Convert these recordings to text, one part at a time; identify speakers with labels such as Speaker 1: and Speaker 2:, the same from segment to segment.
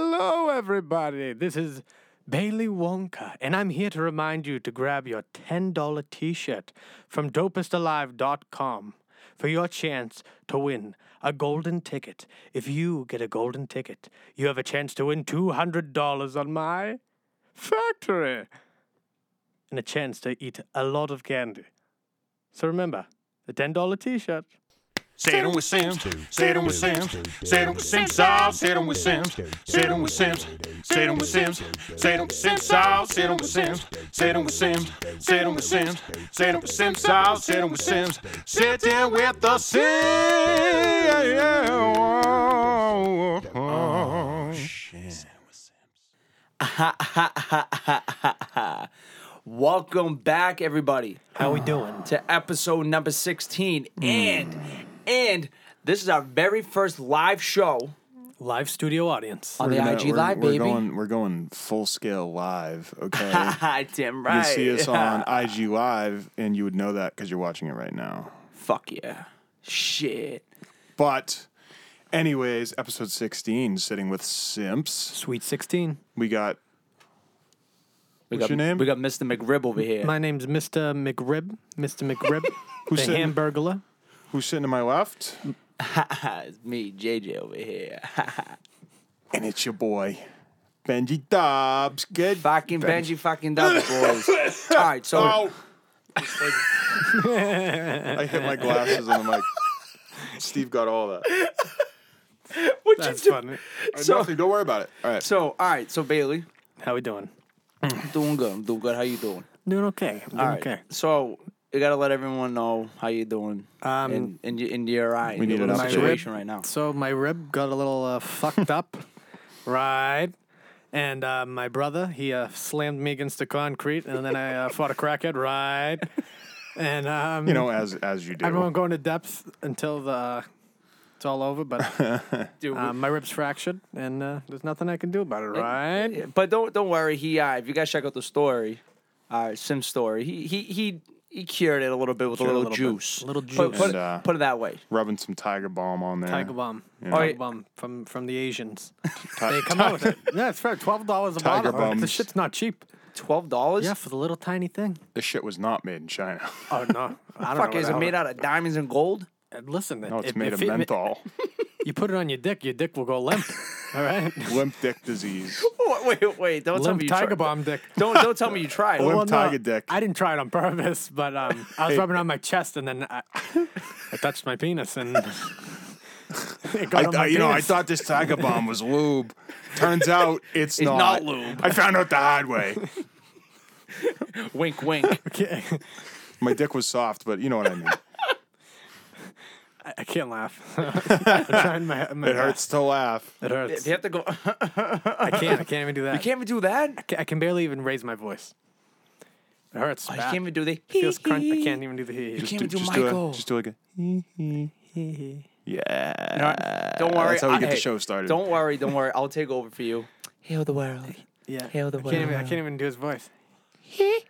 Speaker 1: Hello, everybody. This is Bailey Wonka, and I'm here to remind you to grab your $10 t shirt from dopestalive.com for your chance to win a golden ticket. If you get a golden ticket, you have a chance to win $200 on my factory and a chance to eat a lot of candy. So remember, the $10 t shirt.
Speaker 2: Sit on with Sims. Sit on with Sims. Sit on with Sims. Solve. Sit on with Sims. Sit on with Sims. Sit on with Sims. Sit on with Sims. Solve. Sit on with Sims. Sit on with Sims. Sit on with Sims. Sit on with Sims. Solve. Sit on with Sims. Sit in with the Sims. Oh, shit.
Speaker 3: Welcome back, everybody,
Speaker 1: How we doing?
Speaker 3: to episode number 16. And, and this is our very first live show
Speaker 1: Live studio audience.
Speaker 3: on the
Speaker 4: We're
Speaker 3: IG
Speaker 4: gonna- we're-
Speaker 3: Live,
Speaker 4: we're
Speaker 3: baby.
Speaker 4: Going, we're going full scale live, okay?
Speaker 3: Hi, Tim,
Speaker 4: You
Speaker 3: right?
Speaker 4: see us on IG Live, and you would know that because you're watching it right now.
Speaker 3: Fuck yeah. Shit.
Speaker 4: But, anyways, episode 16, sitting with Simps.
Speaker 1: Sweet 16.
Speaker 4: We got
Speaker 3: We
Speaker 4: What's
Speaker 3: got,
Speaker 4: your name?
Speaker 3: We got Mr. McRib over here.
Speaker 1: My name's Mr. McRib. Mr. McRib. the
Speaker 4: said-
Speaker 1: hamburglar.
Speaker 4: who's sitting to my left,
Speaker 3: it's me, JJ, over here.
Speaker 4: and it's your boy Benji Dobbs. Good.
Speaker 3: fucking Benji, fucking Dubs, boys. All right, so
Speaker 4: Oh.
Speaker 3: Oh.
Speaker 4: I hit my glasses and I'm like, Steve got all that.
Speaker 3: what
Speaker 1: That's
Speaker 3: you do?
Speaker 1: funny.
Speaker 3: So-
Speaker 4: Nothing. Don't worry about it. All right.
Speaker 3: So, all right, so Bailey,
Speaker 1: How we doing?
Speaker 3: I'm doing good. I'm doing good. How you doing?
Speaker 1: Doing okay. I'm doing
Speaker 3: All right.
Speaker 1: okay.
Speaker 3: So you gotta let everyone know how you doing.
Speaker 1: Um,
Speaker 3: in in, your- in your eye, we
Speaker 4: need
Speaker 3: your
Speaker 4: an
Speaker 3: little
Speaker 4: update.
Speaker 3: situation right now.
Speaker 1: So my rib got a little uh, fucked up, right? And uh, my brother, he uh, slammed me against the concrete, and then I uh, fought a crackhead, right? And um,
Speaker 4: you know, as as you do.
Speaker 1: I won't go into depth until the uh, it's all over. But
Speaker 3: Dude,
Speaker 1: uh, my rib's fractured, and uh, there's nothing I can do about it, right?
Speaker 3: but don't don't worry. He, uh, if you guys check out the story, uh, Sim's story, he he he he cured it a little bit with a
Speaker 1: Cured a
Speaker 3: little,
Speaker 1: little bit.
Speaker 3: juice,
Speaker 1: Little
Speaker 3: Put,
Speaker 1: juice.
Speaker 3: put,
Speaker 4: And, uh,
Speaker 3: put it that way.
Speaker 4: rubbing some tiger balm on there.
Speaker 1: Tiger bomb,
Speaker 3: Alright.
Speaker 1: tiger bomb from from the Asians. They come out with it. Yeah, it's fair. Twelve dollars a
Speaker 4: Tiger
Speaker 1: bottle. This
Speaker 4: bombs.
Speaker 1: shit's not cheap.
Speaker 3: Twelve dollars.
Speaker 1: Yeah, for the little tiny thing.
Speaker 4: This shit was not made in China.
Speaker 1: Oh no, I don't
Speaker 3: Fuck,
Speaker 1: know.
Speaker 3: is
Speaker 1: what
Speaker 3: it
Speaker 1: the
Speaker 3: made
Speaker 1: hell
Speaker 3: out of diamonds and gold?
Speaker 1: it- Listen,
Speaker 4: No, it's
Speaker 1: if-
Speaker 4: made
Speaker 1: if
Speaker 4: of
Speaker 1: it-
Speaker 4: menthol.
Speaker 1: You put it on your dick, your dick will go limp. All right,
Speaker 4: Limp dick disease.
Speaker 3: Oh, wait, wait, don't tell
Speaker 1: limp
Speaker 3: me you
Speaker 1: tiger
Speaker 3: tried.
Speaker 1: bomb dick.
Speaker 3: Don't don't tell me you tried.
Speaker 4: Limp
Speaker 1: Well, no,
Speaker 4: tiger dick.
Speaker 1: I didn't try it on purpose, but um, I was rubbing on my chest, and then I, I touched my penis, and it got
Speaker 4: I,
Speaker 1: on my
Speaker 4: I, you know, I
Speaker 1: penis.
Speaker 4: thought this tiger bomb was lube. Turns out it's, not.
Speaker 3: not lube.
Speaker 4: I found out the hard way.
Speaker 3: wink, wink.
Speaker 1: Okay.
Speaker 4: My dick was soft, but you know what I mean.
Speaker 1: I, I can't laugh. I'm trying my- my-
Speaker 4: It hurts to laugh.
Speaker 1: It
Speaker 3: if
Speaker 1: hurts.
Speaker 3: you have to go, you
Speaker 1: I can't. I can't even do that.
Speaker 3: can't even do that.
Speaker 1: I can barely even raise my voice. It hurts.
Speaker 3: Oh, you
Speaker 1: bad.
Speaker 3: can't even do the.
Speaker 1: Feels crunch. I can't even do the hee hee.
Speaker 3: can't even do
Speaker 4: just
Speaker 3: Michael.
Speaker 4: Do a, just do like a. yeah.
Speaker 3: All right, Don't worry.
Speaker 4: that's how we
Speaker 3: I-
Speaker 4: get the
Speaker 3: hey,
Speaker 4: show started.
Speaker 3: Don't worry. Don't worry. I'll take over for you. Heal the world.
Speaker 1: Yeah. I
Speaker 3: Hail the
Speaker 1: can't even. I
Speaker 3: world.
Speaker 1: can't even do his voice.
Speaker 4: Oh,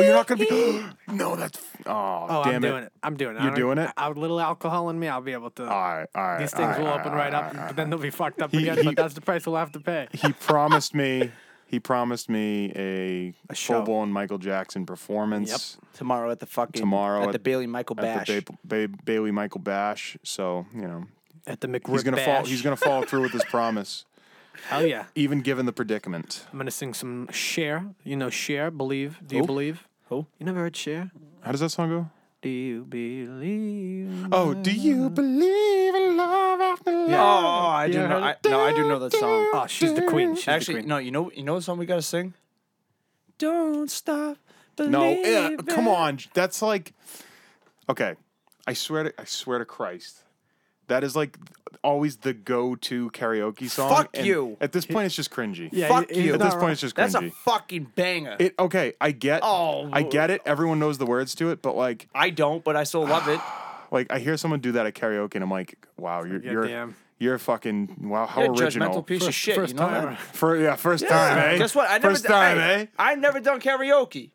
Speaker 4: you're not gonna be. no, that's. Oh,
Speaker 1: Oh,
Speaker 4: damn
Speaker 1: I'm
Speaker 4: it.
Speaker 1: doing it. I'm doing it. I
Speaker 4: You're
Speaker 1: don't even-
Speaker 4: doing it?
Speaker 1: I, I, little alcohol in me, I'll be able to.
Speaker 3: Ah.
Speaker 4: All right, all right.
Speaker 1: These things
Speaker 4: all
Speaker 1: will
Speaker 4: all
Speaker 1: open right
Speaker 4: all
Speaker 1: up,
Speaker 4: all
Speaker 1: but then they'll be fucked up
Speaker 4: He-
Speaker 1: again.
Speaker 4: he-
Speaker 1: but that's the price we'll have to pay.
Speaker 4: he promised me he promised me a,
Speaker 1: show.
Speaker 4: full blown Michael Jackson performance
Speaker 3: Tomorrow at the fucking.
Speaker 4: Tomorrow
Speaker 3: at,
Speaker 4: at-
Speaker 3: the Bailey Michael Bash.
Speaker 4: at the ba- ba- Bailey Michael Bash. So you know
Speaker 1: At the McRib
Speaker 4: he's gonna fall. He's gonna follow through with his promise,
Speaker 1: Hell yeah!
Speaker 4: even given the predicament.
Speaker 1: I'm gonna sing some Cher. You know Cher. Believe. Do you
Speaker 4: Who?
Speaker 1: believe?
Speaker 3: Who?
Speaker 1: You never heard Cher?
Speaker 4: How does that song go?
Speaker 1: Do you believe?
Speaker 4: Oh, do you believe in love after love?
Speaker 3: oh, I do
Speaker 1: You
Speaker 3: know.
Speaker 1: heard
Speaker 3: I,
Speaker 1: it?
Speaker 3: no, I do know that song.
Speaker 1: Oh, she's the queen. She's
Speaker 3: Actually,
Speaker 1: the queen.
Speaker 3: no. You know. You know what song we gotta sing. Don't stop.
Speaker 4: No, eh,
Speaker 3: believing.
Speaker 4: come on. That's like okay. I swear to I swear to Christ. That is like always the go-to karaoke song.
Speaker 3: Fuck
Speaker 4: and
Speaker 3: you.
Speaker 4: At this point, it's just cringy.
Speaker 1: Yeah,
Speaker 3: Fuck
Speaker 1: he- he's
Speaker 3: you.
Speaker 4: At this
Speaker 1: not
Speaker 4: point, it's just cringy.
Speaker 3: That's a fucking banger.
Speaker 4: It okay, I get
Speaker 3: Oh.
Speaker 4: I get it. Everyone knows the words to it, but like
Speaker 3: I don't, but I still love it.
Speaker 4: like I hear someone do that at karaoke and I'm like, wow, you're you're
Speaker 1: damn.
Speaker 4: you're a fucking wow, how
Speaker 3: You're a
Speaker 4: original.
Speaker 3: judgmental piece of shit.
Speaker 1: First
Speaker 3: you know
Speaker 1: time.
Speaker 3: that?
Speaker 4: For yeah, first time, eh?
Speaker 3: Guess what? I never
Speaker 4: first
Speaker 3: d-
Speaker 4: time,
Speaker 3: hey,
Speaker 4: eh?
Speaker 3: I never done karaoke.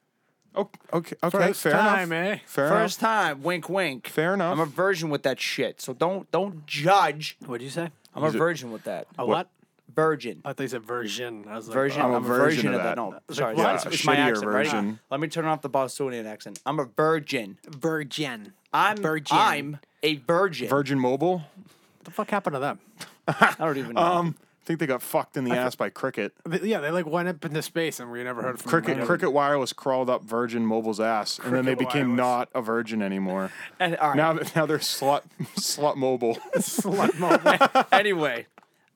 Speaker 4: Oh, okay, okay,
Speaker 1: First
Speaker 4: fair
Speaker 1: time, eh?
Speaker 4: enough. Fair
Speaker 3: First
Speaker 4: enough.
Speaker 3: time, wink, wink.
Speaker 4: Fair enough.
Speaker 3: I'm a virgin with that shit, so don't don't judge.
Speaker 1: What'd you say?
Speaker 3: I'm a virgin with that.
Speaker 1: A what?
Speaker 3: virgin.
Speaker 1: I thought they said version. I was like,
Speaker 3: Version.
Speaker 1: oh.
Speaker 3: I'm, a version, of that.
Speaker 4: that.
Speaker 3: No, sorry,
Speaker 4: what?
Speaker 3: it's, it's my
Speaker 4: Shittier
Speaker 3: accent. Ready?
Speaker 4: version.
Speaker 3: Let me turn off the Bostonian accent. I'm a virgin.
Speaker 1: Virgin.
Speaker 3: I'm
Speaker 1: Virgin.
Speaker 3: I'm a virgin.
Speaker 4: Virgin Mobile.
Speaker 1: What the fuck happened to them?
Speaker 3: I don't even know.
Speaker 4: Um, I think they got fucked in the ass by Cricket.
Speaker 3: Oh
Speaker 1: They- yeah, they like went up into space and we never heard from
Speaker 4: Cricket
Speaker 1: them.
Speaker 4: Cricket Wireless crawled up Virgin Mobile's ass, and then they
Speaker 1: Cricket
Speaker 4: became
Speaker 1: Wireless.
Speaker 4: not a Virgin anymore.
Speaker 3: And- all right.
Speaker 4: Now that now they're slut slut mobile.
Speaker 1: Slut moment.
Speaker 3: anyway,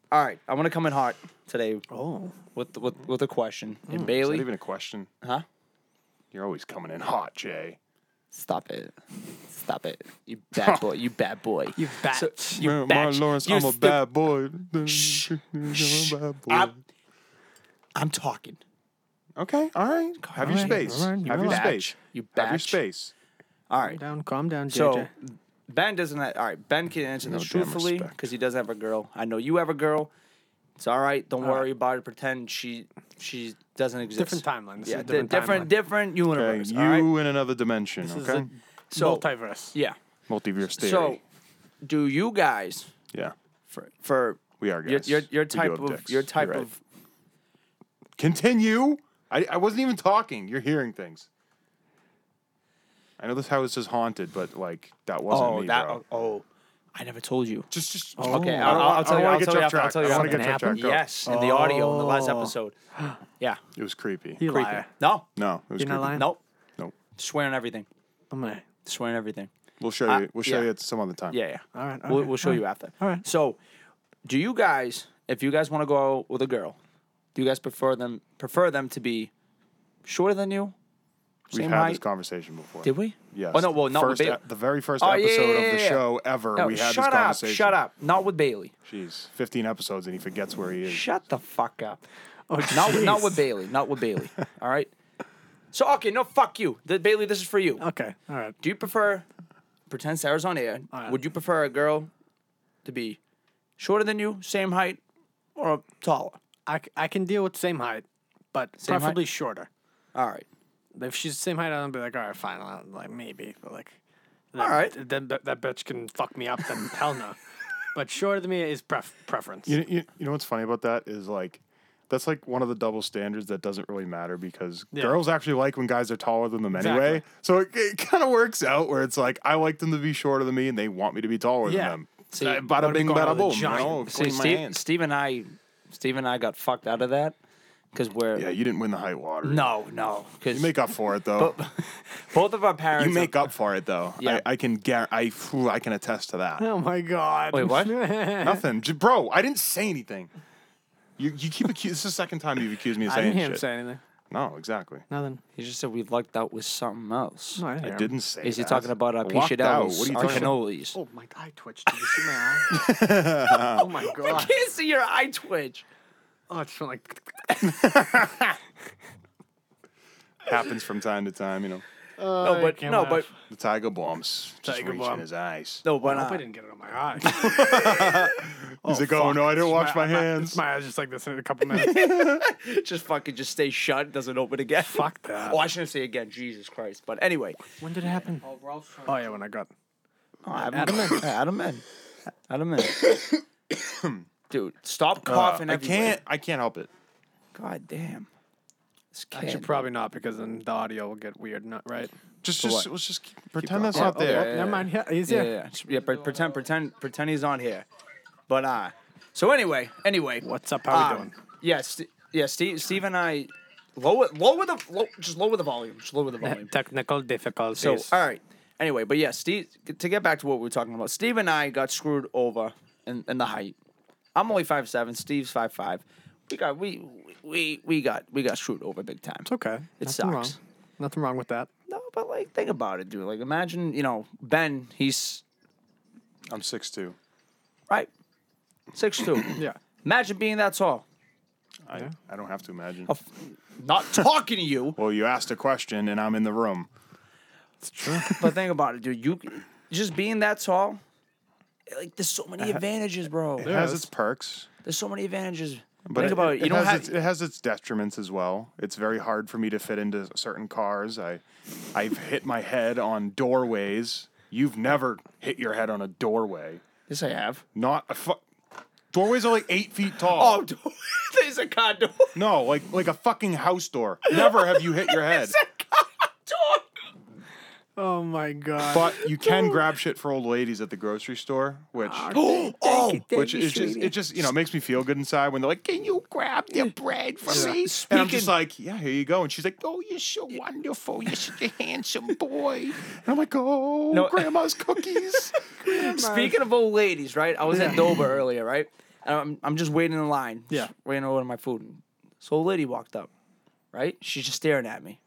Speaker 3: all right. I want to come in hot today
Speaker 1: oh.
Speaker 3: with with with a question. And Bailey,
Speaker 4: Not even a question.
Speaker 3: huh?
Speaker 4: You're always coming in hot, Jay.
Speaker 3: Stop it. Stop it. You bad boy. You bad boy.
Speaker 1: You bat.
Speaker 3: you
Speaker 4: Mar- Martin
Speaker 3: batch.
Speaker 4: Lawrence,
Speaker 3: You
Speaker 4: I'm a
Speaker 3: stu-
Speaker 4: bad boy.
Speaker 3: Shh.
Speaker 4: I'm a
Speaker 3: Shh.
Speaker 4: bad boy.
Speaker 3: I'm, I'm talking.
Speaker 4: Okay, all right. Have your
Speaker 1: right,
Speaker 4: space.
Speaker 1: all right, you
Speaker 4: Have your
Speaker 1: relax.
Speaker 4: space.
Speaker 3: You
Speaker 4: Have your
Speaker 3: batch.
Speaker 4: space.
Speaker 3: All right.
Speaker 1: down, calm down, JJ.
Speaker 3: So Ben doesn't. Have, all right. Ben can answer this
Speaker 4: damn
Speaker 3: truthfully
Speaker 4: respect.
Speaker 3: because he does have a girl. I know you have a girl. It's all right. Don't worry about it. Pretend she she doesn't exist.
Speaker 1: different timeline. This
Speaker 3: Yeah.
Speaker 1: is
Speaker 3: di-
Speaker 1: different.
Speaker 3: different different,
Speaker 1: timeline.
Speaker 4: Okay,
Speaker 3: universe.
Speaker 4: you
Speaker 3: all right?
Speaker 4: in another dimension.
Speaker 1: This is
Speaker 4: okay,
Speaker 1: a
Speaker 3: So-
Speaker 1: multiverse.
Speaker 3: Yeah.
Speaker 4: multiverse theory.
Speaker 3: So, do you guys
Speaker 4: yeah,
Speaker 3: for for
Speaker 4: we are
Speaker 3: your
Speaker 4: guys.
Speaker 3: your, your
Speaker 4: We do
Speaker 3: type
Speaker 4: have
Speaker 3: of
Speaker 4: dicks.
Speaker 3: your
Speaker 4: You're
Speaker 3: type
Speaker 4: right.
Speaker 3: of
Speaker 4: Continue. I, I wasn't even talking. You're hearing things. I know this house is haunted, but like that wasn't
Speaker 3: oh
Speaker 4: me,
Speaker 3: that
Speaker 4: bro.
Speaker 3: oh I never told you.
Speaker 4: Just, just
Speaker 3: Okay,
Speaker 1: Oh,
Speaker 4: I
Speaker 3: I'll,
Speaker 4: don't
Speaker 3: I'll,
Speaker 4: wa-
Speaker 3: tell
Speaker 4: I don't
Speaker 3: you.
Speaker 4: wanna
Speaker 3: I'll
Speaker 4: get
Speaker 3: tell
Speaker 4: you
Speaker 3: you.
Speaker 4: off
Speaker 3: after- I'll
Speaker 4: track.
Speaker 3: tell you.
Speaker 4: I wanna
Speaker 3: after.
Speaker 4: get you off
Speaker 1: Something
Speaker 4: track. Go.
Speaker 3: Yes, in the audio in the last
Speaker 4: Oh.
Speaker 3: episode. Yeah.
Speaker 4: It was creepy.
Speaker 1: You
Speaker 3: Creepy.
Speaker 1: liar.
Speaker 3: No.
Speaker 4: No, it was
Speaker 1: You're not
Speaker 4: creepy.
Speaker 1: lying?
Speaker 3: Nope.
Speaker 4: Nope.
Speaker 3: Swear on everything.
Speaker 1: I'm gonna.
Speaker 3: Swear on everything.
Speaker 4: We'll show you. We'll show
Speaker 3: yeah.
Speaker 4: you at some other time.
Speaker 3: Yeah. Yeah.
Speaker 1: All right,
Speaker 3: we'll,
Speaker 1: okay,
Speaker 3: we'll show you after.
Speaker 1: all right.
Speaker 3: So, do you guys, if you guys want to go out with a girl, do you guys prefer them prefer them to be shorter than you?
Speaker 4: We've
Speaker 3: Same
Speaker 4: had
Speaker 3: height.
Speaker 4: this conversation before.
Speaker 3: Did we?
Speaker 4: Yes.
Speaker 3: Oh no. Well, not
Speaker 4: first,
Speaker 3: with Bailey.
Speaker 4: e- the very first
Speaker 3: Oh, yeah,
Speaker 4: episode
Speaker 3: yeah,
Speaker 4: of the
Speaker 3: yeah.
Speaker 4: show ever.
Speaker 3: No,
Speaker 4: we had
Speaker 3: shut
Speaker 4: this
Speaker 3: up!
Speaker 4: conversation.
Speaker 3: Shut up! Not with Bailey.
Speaker 4: Jeez, 15 episodes and he forgets where he is.
Speaker 3: Shut the fuck up.
Speaker 1: Oh,
Speaker 3: Not with, not
Speaker 1: jeez.
Speaker 3: with Bailey. Not with Bailey. All right. So okay, no, fuck you, Th- Bailey. This is for you.
Speaker 1: Okay. All right.
Speaker 3: Do you prefer? Pretend Sarah's on air.
Speaker 1: right.
Speaker 3: Would you prefer a girl to be shorter than you, same height, or taller?
Speaker 1: I, c- I can deal with same height, but
Speaker 3: height?
Speaker 1: preferably shorter.
Speaker 3: All right.
Speaker 1: If she's the same height, I'll be like, all right, fine. I'll, like maybe, but like, that,
Speaker 3: All right.
Speaker 1: Then that, that bitch can fuck me up. Then hell no. But shorter than me is pref- preference.
Speaker 4: You, you, you know what's funny about that is like, that's like one of the double standards that doesn't really matter because girls actually like when guys are taller than them anyway.
Speaker 1: Exactly.
Speaker 4: So it, it kind of works out where it's like, I like them to be shorter than me and they want me to be taller
Speaker 1: Yeah.
Speaker 4: than them.
Speaker 1: So
Speaker 4: Uh,
Speaker 1: you wanna
Speaker 4: bada
Speaker 1: be
Speaker 4: bing,
Speaker 1: going
Speaker 4: bada
Speaker 1: with a
Speaker 4: boom. You
Speaker 1: giant.
Speaker 4: know,
Speaker 3: See,
Speaker 4: clean my
Speaker 3: Steve,
Speaker 4: hands.
Speaker 3: Steve and I, Steve and I got fucked out of that because we're
Speaker 4: Yeah, you didn't win the height water.
Speaker 3: no, no, because
Speaker 4: You make up for it though.
Speaker 3: both of our parents.
Speaker 4: you make up for it though.
Speaker 3: Yeah.
Speaker 4: I, I can gar- I, phew, I can attest to that.
Speaker 1: Oh my god.
Speaker 3: Wait, what?
Speaker 4: Nothing, J- bro. I didn't say anything. You, you keep accusing. This is the second time you've accused me of
Speaker 1: I
Speaker 4: saying
Speaker 1: didn't hear him
Speaker 4: shit.
Speaker 1: say anything.
Speaker 4: No, exactly.
Speaker 1: Nothing.
Speaker 3: He just said we lucked out with something else.
Speaker 1: No, I didn't.
Speaker 4: I didn't say.
Speaker 3: Is he
Speaker 4: that.
Speaker 3: talking about
Speaker 1: uh,
Speaker 3: our
Speaker 4: Locked out.
Speaker 3: pichadillos,
Speaker 4: What are you
Speaker 3: our
Speaker 4: talking about?
Speaker 3: cannolis?
Speaker 1: Oh my eye twitched. Did you see my eye? oh my god.
Speaker 3: can't see your eye twitch.
Speaker 1: Oh, it's from like.
Speaker 4: Happens from time to time. You know,
Speaker 3: No, but
Speaker 1: can't
Speaker 3: no,
Speaker 1: laugh.
Speaker 3: but
Speaker 4: the tiger bombs just
Speaker 1: Tiger
Speaker 4: reaching
Speaker 1: bomb.
Speaker 4: his eyes.
Speaker 3: no, but
Speaker 1: I hope I
Speaker 3: uh,
Speaker 1: didn't get it on my eye.
Speaker 4: He's like, oh no, I didn't wash my, hands.
Speaker 1: My eyes just like this in a couple minutes.
Speaker 3: uh, just fucking just stay shut. Doesn't open again.
Speaker 1: Fuck that.
Speaker 3: Oh, I shouldn't say again. Jesus Christ. But anyway,
Speaker 1: when did it happen? Oh yeah, when I got.
Speaker 3: Oh, Adamant, adamant, adamant. Dude, stop
Speaker 4: Uh,
Speaker 3: coughing.
Speaker 4: I
Speaker 3: everywhere.
Speaker 4: can't. I can't help it.
Speaker 3: God damn. This
Speaker 1: I should
Speaker 3: kid.
Speaker 1: probably not because then the audio will get weird. Not right.
Speaker 4: Just, just
Speaker 3: what?
Speaker 4: let's just keep, pretend that's
Speaker 1: Yeah,
Speaker 4: not
Speaker 1: okay,
Speaker 4: there.
Speaker 1: well, Never mind. Yeah, he's
Speaker 3: yeah,
Speaker 1: here.
Speaker 3: yeah, yeah. Just- yeah, pre- pretend, pretend, pretend he's on here. But uh, so anyway, anyway.
Speaker 1: What's up? How we
Speaker 3: um,
Speaker 1: doing?
Speaker 3: Yeah, St- yeah. Steve, Steve and I. Lower, lower the, low, just lower the volume. Just lower the volume.
Speaker 1: Eh, Technical difficulties.
Speaker 3: So, all right. Anyway, but yeah, Steve. To get back to what we were talking about, Steve and I got screwed over in, in the height. I'm only five seven. Steve's five five. We got we we we got we got screwed over big time.
Speaker 1: it's okay.
Speaker 3: It
Speaker 1: Nothing
Speaker 3: sucks.
Speaker 1: Wrong. Nothing wrong with that.
Speaker 3: No, but like think about it, dude. Like imagine, you know, Ben. He's
Speaker 4: I'm six two.
Speaker 3: right, six two.
Speaker 1: Yeah.
Speaker 3: Imagine being that tall.
Speaker 4: I, I don't have to
Speaker 1: Oh,
Speaker 4: imagine.
Speaker 3: Not talking to you.
Speaker 4: Well, you asked a question and I'm in the room.
Speaker 3: But think about it, dude. You just being that tall, like there's so many advantages, bro.
Speaker 4: It has its perks.
Speaker 3: There's so many advantages.
Speaker 4: But
Speaker 3: think about it. You don't
Speaker 4: has
Speaker 3: have.
Speaker 4: its, it has its detriments as well. It's very hard for me to fit into certain cars. I, I've hit my head on doorways. You've never hit your head on a doorway.
Speaker 3: Yes, I have.
Speaker 4: Not a fu- Doorways are like eight feet tall.
Speaker 3: Oh, dude, there's a car door.
Speaker 4: No, like like a fucking house door. Never have you hit your head.
Speaker 3: There's a car door.
Speaker 1: Oh my god.
Speaker 4: But you can grab shit for old ladies at the grocery store, which
Speaker 3: Oh,
Speaker 4: which is just it just you know makes me feel good inside when they're like, "Can you grab the bread for me?" And I'm
Speaker 3: Speaking-
Speaker 4: just like, "Yeah, here you go." And she's like, "Oh, you're so wonderful. You're such a handsome boy." And I'm like, "Oh,
Speaker 3: No.
Speaker 4: grandma's cookies."
Speaker 3: Speaking of old ladies, right? I was at Dover earlier, right? And I'm, I'm just waiting in line.
Speaker 1: Yeah.
Speaker 3: Just waiting to order my food. And This old lady walked up, right? She's just staring at me.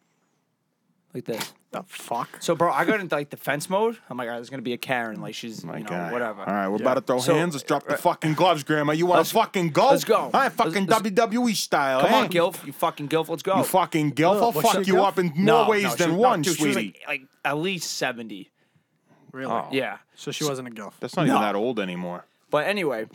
Speaker 3: Like this.
Speaker 1: the fuck?
Speaker 3: So, bro, I got into like defense mode. I'm like, "All right, there's going to be a Karen. Like, she's, you know, whatever.
Speaker 4: All right, we're about to throw
Speaker 3: So-
Speaker 4: hands. Let's drop the fucking gloves, Grandma. You want
Speaker 3: Let's-
Speaker 4: to fucking uh, go?
Speaker 3: let's go.
Speaker 4: All right, fucking
Speaker 3: Let's-
Speaker 4: WWE style.
Speaker 3: Come
Speaker 4: eh?
Speaker 3: on, Gilf. You fucking Gilf. Let's go.
Speaker 4: You fucking gilf. I'll
Speaker 1: What's your
Speaker 4: fuck you
Speaker 1: gilf?
Speaker 4: up in
Speaker 3: No,
Speaker 4: more
Speaker 3: no,
Speaker 4: ways
Speaker 3: she-
Speaker 4: than
Speaker 3: no,
Speaker 4: one,
Speaker 3: dude,
Speaker 4: sweetie.
Speaker 3: She was like, like at least 70.
Speaker 1: Really?
Speaker 3: Yeah.
Speaker 1: So she wasn't a girl.
Speaker 4: That's not even that old anymore.
Speaker 3: But anyway,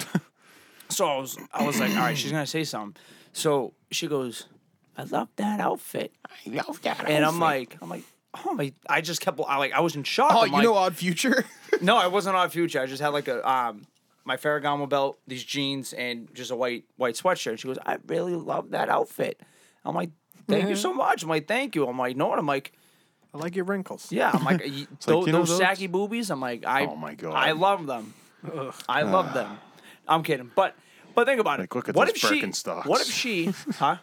Speaker 3: so I was, I was like, all right, she's going to say something. So she goes, I love that outfit.
Speaker 4: I love that.
Speaker 3: And I'm like, I'm like, oh my! I just kept, I like, I was in shock.
Speaker 4: oh,
Speaker 3: I'm
Speaker 4: you
Speaker 3: like,
Speaker 4: know Odd Future?
Speaker 3: no, I wasn't on future. I just had like a um, my Ferragamo belt, these jeans, and just a white white sweatshirt. She goes, I really love that outfit. I'm like, thank
Speaker 1: Mm-hmm.
Speaker 3: you so much. I'm like, thank you. I'm like, no, and I'm like,
Speaker 1: I like your wrinkles.
Speaker 3: yeah, I'm like, "You-
Speaker 4: like,
Speaker 3: those,
Speaker 4: you know
Speaker 3: those
Speaker 4: those-
Speaker 3: saggy boobies. I'm like, I,
Speaker 4: Oh my God.
Speaker 3: I love them. I love them. I'm kidding, but but think about
Speaker 4: Like,
Speaker 3: it.
Speaker 4: look at
Speaker 3: what
Speaker 4: those
Speaker 3: if she?
Speaker 4: Birkenstocks.
Speaker 3: What if she? huh?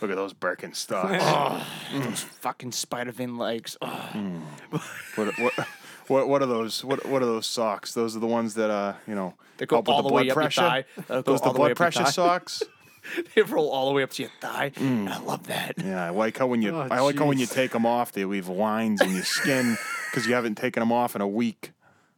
Speaker 4: Look at those Birkenstocks. oh,
Speaker 3: Fucking spider fin legs. Ugh.
Speaker 4: what, what, what, what are those? What, what are those socks? Those are the ones that uh, you know,
Speaker 3: They go
Speaker 4: help with
Speaker 3: all
Speaker 4: the
Speaker 3: the way
Speaker 4: blood
Speaker 3: up your
Speaker 4: pressure.
Speaker 3: thigh. That'll go
Speaker 4: Those the
Speaker 3: all the way
Speaker 4: blood
Speaker 3: up your
Speaker 4: pressure
Speaker 3: thigh.
Speaker 4: socks.
Speaker 3: They roll all the way up to your thigh. I love that.
Speaker 4: Mm. Yeah, I like how when you,
Speaker 1: Oh,
Speaker 4: I like how when you
Speaker 1: jeez.
Speaker 4: take them off, they leave lines in your skin because you haven't taken them off in a week.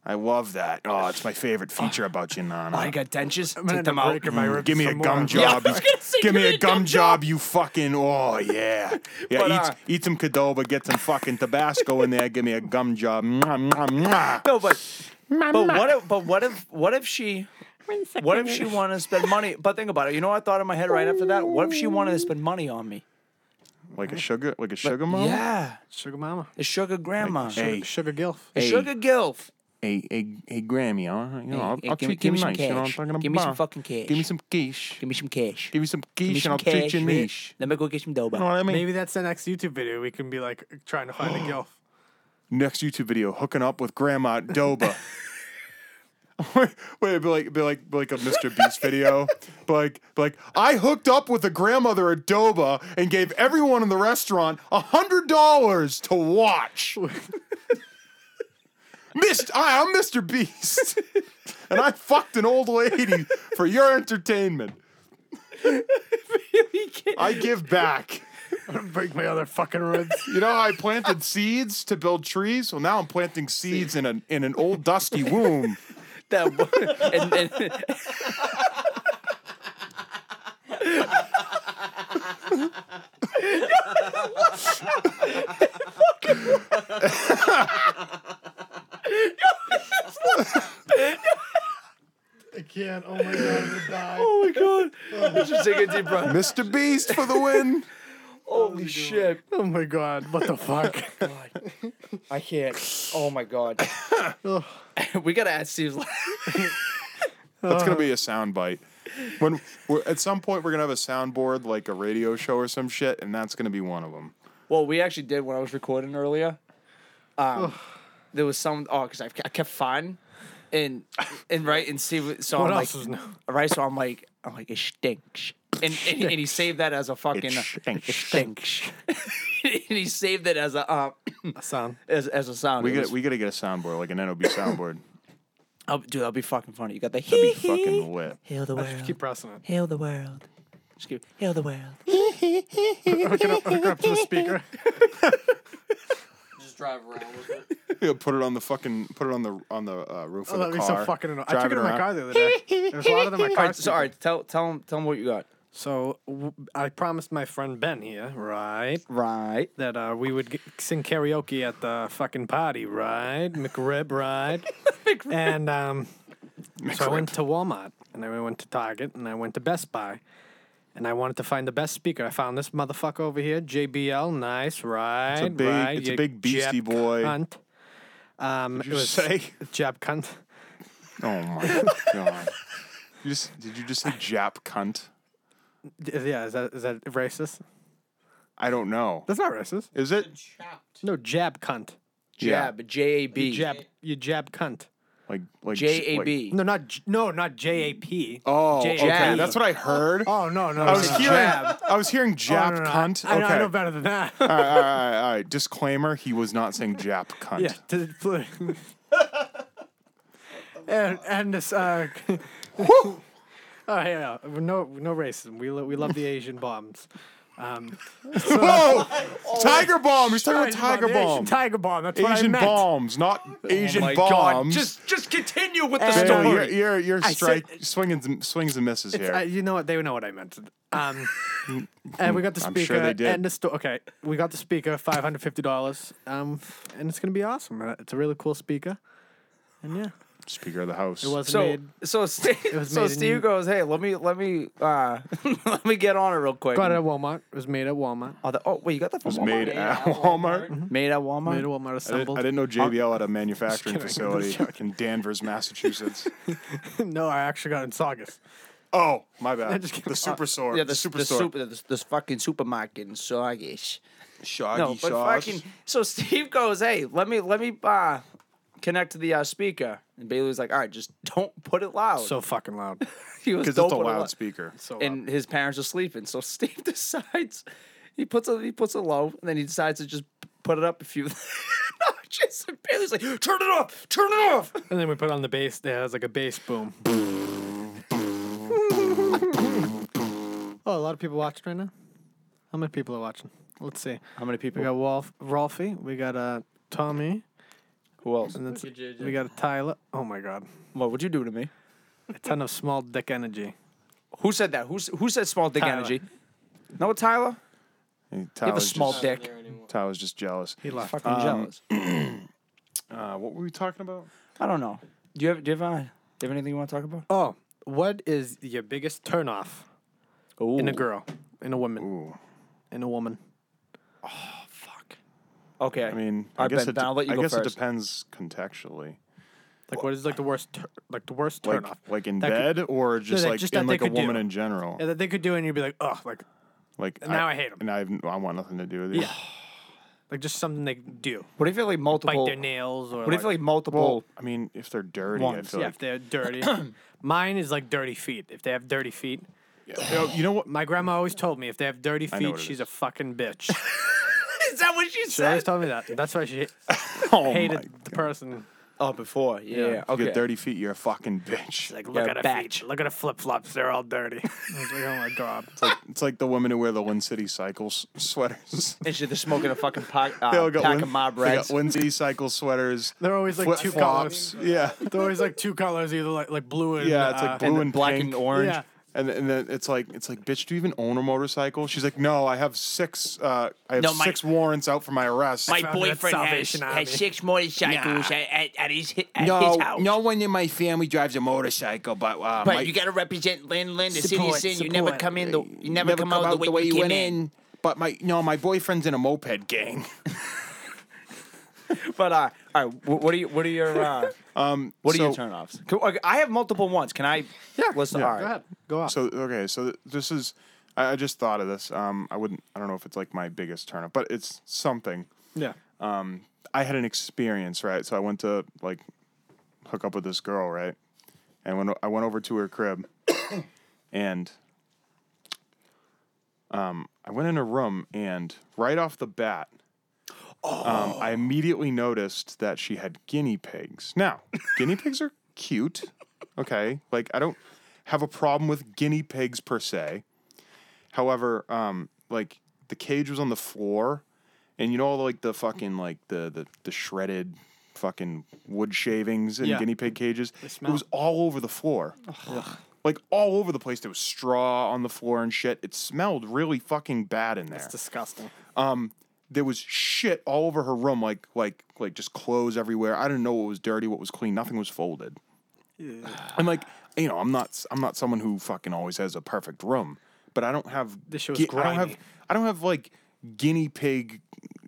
Speaker 4: I love that. Oh, it's my favorite feature about you, Nana.
Speaker 3: I got dentures.
Speaker 1: gonna
Speaker 3: Take them
Speaker 1: have to break
Speaker 3: out. Mm.
Speaker 1: my ribs
Speaker 4: Give me a
Speaker 1: some more.
Speaker 4: gum
Speaker 3: Yeah, I
Speaker 4: job.
Speaker 3: was gonna say,
Speaker 4: give me a gum job, you fucking. Oh, yeah. Yeah,
Speaker 3: But,
Speaker 4: eat,
Speaker 3: uh,
Speaker 4: eat some Cadoba, get some fucking Tabasco in there. Give me a gum job. Mwah, mwah, mwah.
Speaker 3: No, but but what if but what if what if she what if she wanted to spend money? But think about it. You know what I thought in my head right after that? What if she wanted to spend money on me?
Speaker 4: Like a sugar, like a sugar mom?
Speaker 3: Yeah,
Speaker 1: Sugar mama.
Speaker 3: the sugar grandma,
Speaker 4: Hey,
Speaker 1: Sugar gilf.
Speaker 3: the sugar gilf.
Speaker 4: hey, hey, hey, Grammy, huh? You know, I'll,
Speaker 3: hey,
Speaker 4: I'll
Speaker 3: give me-
Speaker 4: treat
Speaker 3: give
Speaker 4: you
Speaker 3: me some
Speaker 4: nice. You know what I'm
Speaker 3: cash.
Speaker 4: talking about?
Speaker 3: Give me some fucking cash.
Speaker 4: Give me some quiche.
Speaker 3: Give me some cash.
Speaker 4: Give me some
Speaker 3: Give
Speaker 4: quiche, and I'll treat you
Speaker 3: man.
Speaker 4: nice.
Speaker 3: Let me go get some doba.
Speaker 4: You know what I mean?
Speaker 1: Maybe that's the next YouTube video. We can be like trying to find a gilf.
Speaker 4: next YouTube video, hooking up with Grandma Doba. Wait, it'd be like, it'd be like, it'd be like a Mr. Beast video. But like, but like, I hooked up with a grandmother at Doba and gave everyone in the restaurant a hundred dollars to watch. Mist, I, I'm Mr. Beast, and I fucked an old lady for your entertainment. I give back.
Speaker 1: Break my other fucking ribs.
Speaker 4: You know, how I planted seeds to build trees. Well, now I'm planting seeds in an in an old dusty womb.
Speaker 3: That one- and, and,
Speaker 1: I can't. Oh my god, I'm gonna die.
Speaker 3: oh my god! Let's just take a deep breath.
Speaker 4: Mr. Beast for the win.
Speaker 3: Holy shit!
Speaker 1: Oh my god, what the fuck?
Speaker 3: I can't. Oh my god. we gotta add Steve's.
Speaker 4: That's gonna
Speaker 1: Uh.
Speaker 4: be a soundbite. When we're, at some point we're gonna have a soundboard like a radio show or some shit, and that's gonna be one of them.
Speaker 3: Well, we actually did when I was recording earlier. Um, there was some oh, because I kept fun and and right and see what- so
Speaker 1: What
Speaker 3: I'm
Speaker 1: else
Speaker 3: like
Speaker 1: is new?
Speaker 3: right so I'm like I'm like it stinks and and, and he saved that as a fucking uh,
Speaker 4: stinks.
Speaker 3: it stinks and he saved that as a um
Speaker 1: Son,
Speaker 3: as, as a sound.
Speaker 4: We
Speaker 3: It
Speaker 4: gotta
Speaker 3: was-
Speaker 4: we gotta get a soundboard like an NOB soundboard.
Speaker 3: I'll- dude, that'll be fucking funny. You got the
Speaker 4: That'd
Speaker 3: hee
Speaker 4: be fucking lit.
Speaker 5: Hail the world.
Speaker 1: keep pressing it.
Speaker 5: Hail the world.
Speaker 3: Just keep-
Speaker 5: Hail the world.
Speaker 1: Hook it up, hook it up to the speaker.
Speaker 6: Just drive around with it.
Speaker 4: Yeah, put it on the fucking put it on the on the uh, roof
Speaker 1: Oh,
Speaker 4: of
Speaker 1: that'd
Speaker 4: the
Speaker 1: be
Speaker 4: car.
Speaker 1: so fucking annoying. I
Speaker 4: Drive
Speaker 1: took it in my
Speaker 4: around.
Speaker 1: car the other day. There's a lot of them in my
Speaker 3: All
Speaker 1: car.
Speaker 3: right, so all right, tell tell him tell him what you got.
Speaker 1: So w- I promised my friend Ben here, right,
Speaker 3: Right.
Speaker 1: that uh, we would g- sing karaoke at the fucking party, right, McRib, right, and um, so I went to Walmart and then I went to Target and I went to Best Buy. And I wanted to find the best speaker. I found this motherfucker over here, JBL. Nice, right?
Speaker 4: big-
Speaker 1: right,
Speaker 4: it's a
Speaker 1: you
Speaker 4: big Beastie
Speaker 1: jab
Speaker 4: Boy.
Speaker 1: Cunt. Um,
Speaker 4: Did you
Speaker 1: it was
Speaker 4: say?
Speaker 1: jab cunt.
Speaker 4: Oh my god. You just, did you just say Jap cunt?
Speaker 1: Yeah, is that is that racist?
Speaker 4: I don't know.
Speaker 1: That's not racist.
Speaker 4: Is it?
Speaker 1: No, jab cunt.
Speaker 3: Jab, J A B.
Speaker 1: You jab, you jab cunt.
Speaker 4: Like like
Speaker 3: J A
Speaker 4: like-
Speaker 3: B.
Speaker 1: No, not j- no, not J A P.
Speaker 4: Oh,
Speaker 1: J-
Speaker 4: okay.
Speaker 3: Jab.
Speaker 4: That's what I heard.
Speaker 1: Oh no, no,
Speaker 4: I was
Speaker 1: no,
Speaker 4: hearing. I was hearing Jap
Speaker 1: Oh, no, no, no.
Speaker 4: cunt.
Speaker 1: I, I know-
Speaker 4: okay.
Speaker 1: I know better than that.
Speaker 4: all, right, all right, all right, all right. Disclaimer: He was not saying Jap cunt.
Speaker 1: yeah, to, to, and and this. Uh, oh yeah, no, no no racism. We lo- we love the Asian bombs. Um,
Speaker 4: Whoa! Tiger bomb. He's talking about
Speaker 1: Asian bomb,
Speaker 4: tiger
Speaker 1: the Asian
Speaker 4: bomb.
Speaker 1: Tiger bomb. That's what I Oh
Speaker 4: Asian
Speaker 1: meant.
Speaker 4: bombs, not Asian
Speaker 3: my God.
Speaker 4: bombs.
Speaker 3: Just, just continue with the
Speaker 1: And,
Speaker 4: Bill,
Speaker 1: Don't
Speaker 4: you're,
Speaker 1: worry.
Speaker 3: story.
Speaker 4: you're, you're
Speaker 1: I said-
Speaker 4: strike swings and swings and misses
Speaker 1: It's-
Speaker 4: here.
Speaker 1: uh, you know what? They know what I meant. Um, and we got the
Speaker 4: I'm sure
Speaker 1: speaker
Speaker 4: they did.
Speaker 1: and the store. Okay, we got the speaker, five hundred fifty dollars. Um, and it's gonna be awesome. Uh, It's a really cool speaker. And yeah,
Speaker 4: Speaker of the House.
Speaker 1: it was
Speaker 3: So,
Speaker 1: made.
Speaker 3: so Steve,
Speaker 1: was made
Speaker 3: so
Speaker 1: in
Speaker 3: Steve
Speaker 1: New-
Speaker 3: goes, "Hey, let me, let me, uh, let me get on it real quick."
Speaker 1: Got it at Walmart. It was made at Walmart.
Speaker 3: Oh, the, oh, wait, you got that from
Speaker 4: It was
Speaker 3: Walmart?
Speaker 4: made at Walmart.
Speaker 3: Made at Walmart.
Speaker 1: Mm-hmm. Made at Walmart.
Speaker 4: I, didn't,
Speaker 1: Assembled.
Speaker 4: I didn't know JBL had a manufacturing
Speaker 1: Just kidding.
Speaker 4: facility in Danvers, Massachusetts.
Speaker 1: no, I actually got it in Saugus.
Speaker 4: Oh, my bad.
Speaker 1: just
Speaker 4: The
Speaker 1: kidding.
Speaker 4: super store.
Speaker 3: yeah,
Speaker 4: the,
Speaker 3: the,
Speaker 4: super
Speaker 3: the
Speaker 4: store.
Speaker 3: super, the, the fucking supermarket in Saugus.
Speaker 4: Soggy
Speaker 3: No, but
Speaker 4: sauce.
Speaker 3: fucking. So Steve goes, "Hey, let me, let me, uh, connect to the uh, speaker." And Bailey's like, "All right, just don't put it loud."
Speaker 4: Oh.
Speaker 1: So fucking loud.
Speaker 3: he was
Speaker 4: Because
Speaker 3: "Don't
Speaker 4: it's a
Speaker 3: put it
Speaker 4: loud speaker.
Speaker 1: So loud.
Speaker 3: and his parents are sleeping. So Steve decides he puts a he puts it low, and then he decides to just put it up a few. notches. And Bailey's like, "Turn it off! Turn it off!"
Speaker 1: and then we put on the bass. There, it was like a bass boom. oh, a lot of people watching right now. How many people are watching? Let's see.
Speaker 3: How many
Speaker 1: We
Speaker 3: people?
Speaker 1: got Wolf, Rolfie. We got uh, Tommy.
Speaker 3: Who else?
Speaker 1: And that's, we got a Tyler. Oh my God.
Speaker 3: What would you do to me?
Speaker 1: A ton of small dick energy.
Speaker 3: Who said that? Who s- who said small dick
Speaker 1: Tyler.
Speaker 3: energy? No, Tyler.
Speaker 4: Hey,
Speaker 3: You have a
Speaker 4: Tyler's
Speaker 3: small
Speaker 4: just,
Speaker 3: dick.
Speaker 4: Tyler's just jealous.
Speaker 1: He left.
Speaker 3: Fucking jealous.
Speaker 4: Uh, what were we talking about?
Speaker 3: I don't know. Do you have do you have, uh, do you have anything you want to talk about?
Speaker 1: Oh, what is your biggest turnoff
Speaker 3: Oh,
Speaker 1: in a girl, in a woman, Oh, in a woman?
Speaker 3: Fuck. Okay.
Speaker 4: I mean,
Speaker 3: All
Speaker 4: I,
Speaker 3: right,
Speaker 4: guess,
Speaker 3: Ben,
Speaker 4: it, de-
Speaker 3: Ben, I'll let you
Speaker 4: I
Speaker 3: go
Speaker 4: guess it
Speaker 3: first.
Speaker 4: depends contextually.
Speaker 1: Like, what is like the worst, tur- like the worst
Speaker 4: Like,
Speaker 1: turnoff?
Speaker 4: like in
Speaker 1: That could-
Speaker 4: bed or just
Speaker 1: that-
Speaker 4: like
Speaker 1: just that
Speaker 4: in
Speaker 1: they
Speaker 4: like a
Speaker 1: could do.
Speaker 4: woman in general.
Speaker 1: Yeah, that they could do, and you'd be like, oh, like,
Speaker 4: Like
Speaker 1: now I hate 'em.
Speaker 4: And I, have, I want nothing to do with it.
Speaker 1: yeah, like just something they can do,
Speaker 3: what if you have like
Speaker 1: like
Speaker 3: multiple?
Speaker 1: their nails or
Speaker 3: what if
Speaker 1: like,
Speaker 3: you have like multiple?
Speaker 4: Well, I mean, if they're dirty, I
Speaker 3: Ones,
Speaker 4: feel
Speaker 1: yeah,
Speaker 4: like
Speaker 1: if they're dirty. Mine is like dirty feet. If they have dirty feet,
Speaker 4: You know- you know what?
Speaker 1: my grandma always told me if they have dirty
Speaker 4: know
Speaker 1: feet,
Speaker 4: what it
Speaker 1: she's a fucking bitch.
Speaker 3: is that what she
Speaker 1: she always told me that. That's why she
Speaker 4: Oh my
Speaker 1: hated the person.
Speaker 3: Oh, before. Yeah.
Speaker 4: You
Speaker 3: Okay.
Speaker 4: get 30 feet, you're a fucking bitch.
Speaker 1: Like, look
Speaker 3: Yeah,
Speaker 1: at her
Speaker 3: batch.
Speaker 1: feet. Look at her flip flops. They're all dirty. I was like, oh my god.
Speaker 4: It's like, it's like the women who wear the Lynn City Cycles sweaters.
Speaker 3: And shit, they're smoking a fucking pack, uh,
Speaker 4: They all got
Speaker 3: pack
Speaker 4: Lin-
Speaker 3: of mob
Speaker 4: they
Speaker 3: reds.
Speaker 4: got Lynn City Cycle sweaters.
Speaker 1: They're always like
Speaker 4: flip
Speaker 1: two
Speaker 4: flops.
Speaker 1: colors.
Speaker 4: Yeah.
Speaker 1: They're always like two colors, either like like blue and
Speaker 4: Yeah, it's
Speaker 1: uh,
Speaker 4: like blue and,
Speaker 3: black
Speaker 4: pink.
Speaker 3: and orange.
Speaker 1: Yeah.
Speaker 4: And, and then it's like it's like bitch. Do you even own a motorcycle? She's like, no, I have six. Uh, I have
Speaker 5: No, my-
Speaker 4: six warrants out for my arrest.
Speaker 5: My
Speaker 1: Found it at
Speaker 5: boyfriend has,
Speaker 1: Salvation Army.
Speaker 5: has six motorcycles at, at, at his hi- at his house.
Speaker 4: one in my family drives a motorcycle, but uh,
Speaker 5: but you gotta represent Lynn, Lynn, the
Speaker 1: Support,
Speaker 5: city of sin. You never
Speaker 1: support.
Speaker 5: come in the you never, come, out, the way, you came in.
Speaker 4: But my no, my boyfriend's in a moped gang.
Speaker 3: But uh, all right, wh- what are you? What are your? Uh,
Speaker 4: Um,
Speaker 3: what are your
Speaker 4: so-
Speaker 3: turnoffs? Can- okay, I have multiple ones. Can I? Yeah. Listen. all right.
Speaker 1: Go ahead. Go off.
Speaker 4: So okay, so th- this is I, I just thought of this. Um, I wouldn't. I don't know if it's like my biggest turn up, but it's something.
Speaker 1: yeah.
Speaker 4: Um, I had an experience, right? So I went to like hook up with this girl, right? And when I went over to her crib, and um, I went in her room, and right off the bat. Um, I immediately noticed that she had guinea pigs. Now, guinea pigs are cute. Okay. Like, I don't have a problem with guinea pigs per se. However, um, like, the cage was on the floor, and you know, like, the fucking, like, the, the, the shredded fucking wood shavings in
Speaker 1: Yeah.
Speaker 4: guinea pig cages? It
Speaker 1: smell.
Speaker 4: was all over the floor. Like, all over the place. There was straw on the floor and shit. It smelled really fucking bad in there
Speaker 1: It's disgusting.
Speaker 4: there was shit all over her room, like like like just clothes everywhere. I didn't know what was dirty, what was clean. Nothing was folded. I'm like, you know, I'm not s- I'm not someone who fucking always has a perfect room, but I don't have
Speaker 1: This shit was
Speaker 4: I don't have
Speaker 1: grimy.
Speaker 4: I don't have like guinea pig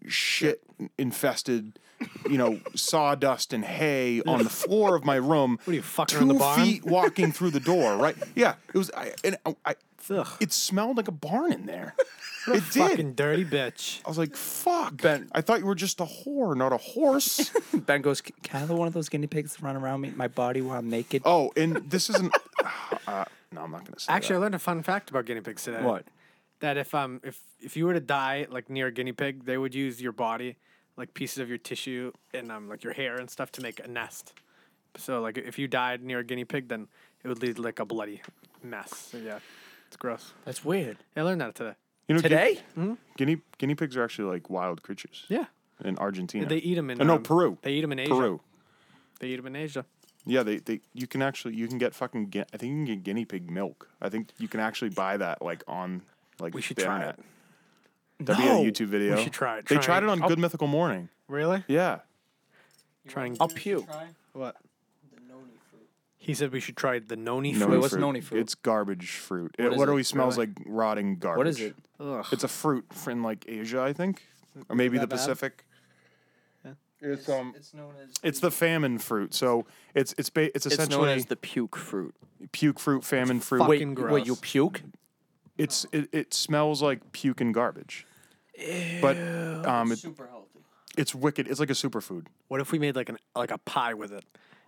Speaker 4: shit infested you know, sawdust and hay on the floor of my room.
Speaker 1: What are you, fucking
Speaker 4: Two
Speaker 1: in the barn?
Speaker 4: feet walking through the door, right? Yeah, it was. I, and I, I-
Speaker 1: Ugh.
Speaker 4: it smelled like a barn in there. it
Speaker 1: Fucking
Speaker 4: did.
Speaker 1: dirty bitch.
Speaker 4: I was like, "Fuck!"
Speaker 3: Ben-
Speaker 4: I thought you were just a whore, not a horse.
Speaker 3: Ben goes, "Can I have one of those guinea pigs to run around me, my body while I'm naked?"
Speaker 4: oh, and this isn't. Uh, no, I'm not gonna say.
Speaker 1: Actually, I learned a fun fact about guinea pigs today.
Speaker 3: What?
Speaker 1: That if um if if you were to die like near a guinea pig, they would use your body, like pieces of your tissue and um like your hair and stuff to make a nest. So like if you died near a guinea pig, then it would lead like a bloody mess. So yeah, it's gross.
Speaker 3: That's weird.
Speaker 1: Yeah, I learned that today. Mm-hmm.
Speaker 4: that. you know, guinea-
Speaker 3: Today?
Speaker 4: guinea guinea pigs are actually like wild creatures.
Speaker 1: Yeah,
Speaker 4: in Argentina.
Speaker 1: they eat them in
Speaker 4: Uh, no
Speaker 1: um,
Speaker 4: Peru.
Speaker 1: They eat them in Asia.
Speaker 4: Peru.
Speaker 1: They eat them in Asia.
Speaker 4: Yeah, they, they you can actually you can get fucking gui- I think you can get guinea pig milk. I think you can actually buy that like on like
Speaker 1: We should
Speaker 4: the
Speaker 1: try
Speaker 4: internet.
Speaker 1: it.
Speaker 4: That'd
Speaker 3: No.
Speaker 4: be a YouTube video.
Speaker 1: We should try it.
Speaker 4: They
Speaker 1: Try
Speaker 4: tried
Speaker 1: it.
Speaker 4: it on Good Mythical Morning.
Speaker 1: Really?
Speaker 4: Yeah.
Speaker 1: Trying
Speaker 3: I'll puke.
Speaker 1: what? He said we should try the noni fruit.
Speaker 4: Noni
Speaker 3: wait, what's noni fruit?
Speaker 4: It's garbage fruit. It
Speaker 3: is
Speaker 4: literally
Speaker 3: it?
Speaker 4: smells like rotting garbage.
Speaker 3: What is it?
Speaker 4: It's a fruit from like Asia, I think, or maybe the
Speaker 1: that bad?
Speaker 4: Pacific. It's um,
Speaker 5: It's known as
Speaker 4: it's the famine fruit. So it's it's ba- it's
Speaker 3: It's
Speaker 4: essentially
Speaker 3: known as the puke fruit.
Speaker 4: puke fruit, famine fruit.
Speaker 1: fucking
Speaker 3: Wait,
Speaker 1: gross.
Speaker 3: wait, you puke?
Speaker 4: It's it, it smells like puke and garbage. But um, it,
Speaker 5: super healthy.
Speaker 4: it's wicked. It's like a superfood.
Speaker 1: What if we made like an like a pie with it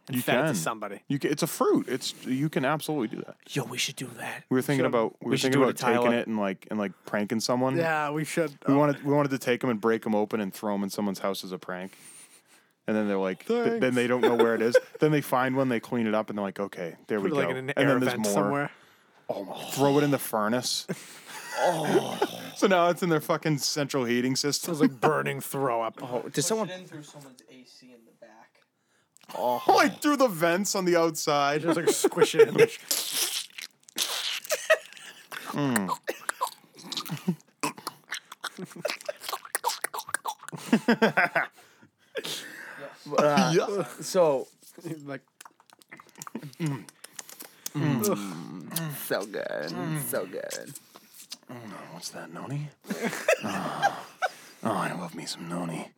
Speaker 1: and
Speaker 4: You
Speaker 1: fed it
Speaker 4: can
Speaker 1: to somebody?
Speaker 4: You can, it's a fruit. It's you can absolutely do that.
Speaker 3: Yo, we should do that.
Speaker 4: We were thinking about we were
Speaker 3: should
Speaker 4: thinking
Speaker 3: do it
Speaker 4: about
Speaker 3: to Tyler.
Speaker 4: taking it and like and like pranking someone.
Speaker 1: Yeah, we should.
Speaker 4: We wanted we wanted to take them and break them open and throw them in someone's house as a prank. And then they're like, th- then they don't know where it is. then they find one, they clean it up, and they're like, okay, there we
Speaker 1: put it,
Speaker 4: go.
Speaker 1: like in an
Speaker 4: and
Speaker 1: air
Speaker 4: then there's
Speaker 1: vent
Speaker 4: more.
Speaker 1: somewhere.
Speaker 4: Oh my! Throw it in the furnace. oh. so now it's in their fucking central heating system.
Speaker 1: It's like burning throw up. Oh,
Speaker 3: Does someone?
Speaker 5: in through someone's AC in the back.
Speaker 4: like through the vents on the outside.
Speaker 1: just like squish it in there. Mm.
Speaker 4: Yeah.
Speaker 3: So
Speaker 1: Uh, like
Speaker 3: so good, Mm. so good.
Speaker 4: What's that, Noni? oh. Oh, I love me some Noni.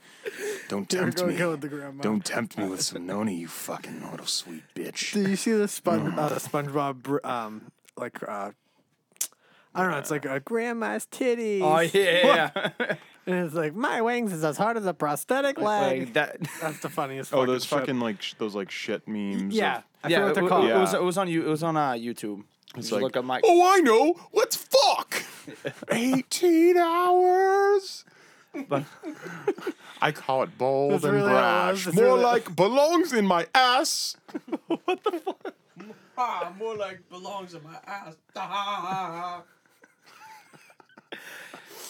Speaker 4: Don't tempt
Speaker 1: go
Speaker 4: me.
Speaker 1: go with the grandma.
Speaker 4: Don't tempt me with some Noni, you fucking little sweet bitch.
Speaker 1: Do you see the
Speaker 4: Mm.
Speaker 1: Sponge uh, the SpongeBob br- um like uh I don't know. It's like uh, grandma's titties,
Speaker 3: Oh yeah, yeah.
Speaker 1: and it's like my wings is as hard as a prosthetic leg.
Speaker 3: like that.
Speaker 1: That's the funniest.
Speaker 4: Oh, those
Speaker 1: shit.
Speaker 4: fucking like sh- those like shit memes.
Speaker 1: yeah. I
Speaker 3: yeah,
Speaker 1: forget
Speaker 3: it,
Speaker 1: what they're
Speaker 3: w-
Speaker 1: called.
Speaker 3: it
Speaker 4: Yeah.
Speaker 3: was it was on you. It was on uh, YouTube. Just
Speaker 4: like-
Speaker 3: look at my.
Speaker 4: oh, I know. Let's fuck. Eighteen hours. I call it bold
Speaker 1: That's
Speaker 4: and
Speaker 1: really how it was.
Speaker 4: brash.
Speaker 1: That's
Speaker 4: More
Speaker 1: really-
Speaker 4: like belongs in my ass.
Speaker 5: Ah, more like belongs in my ass.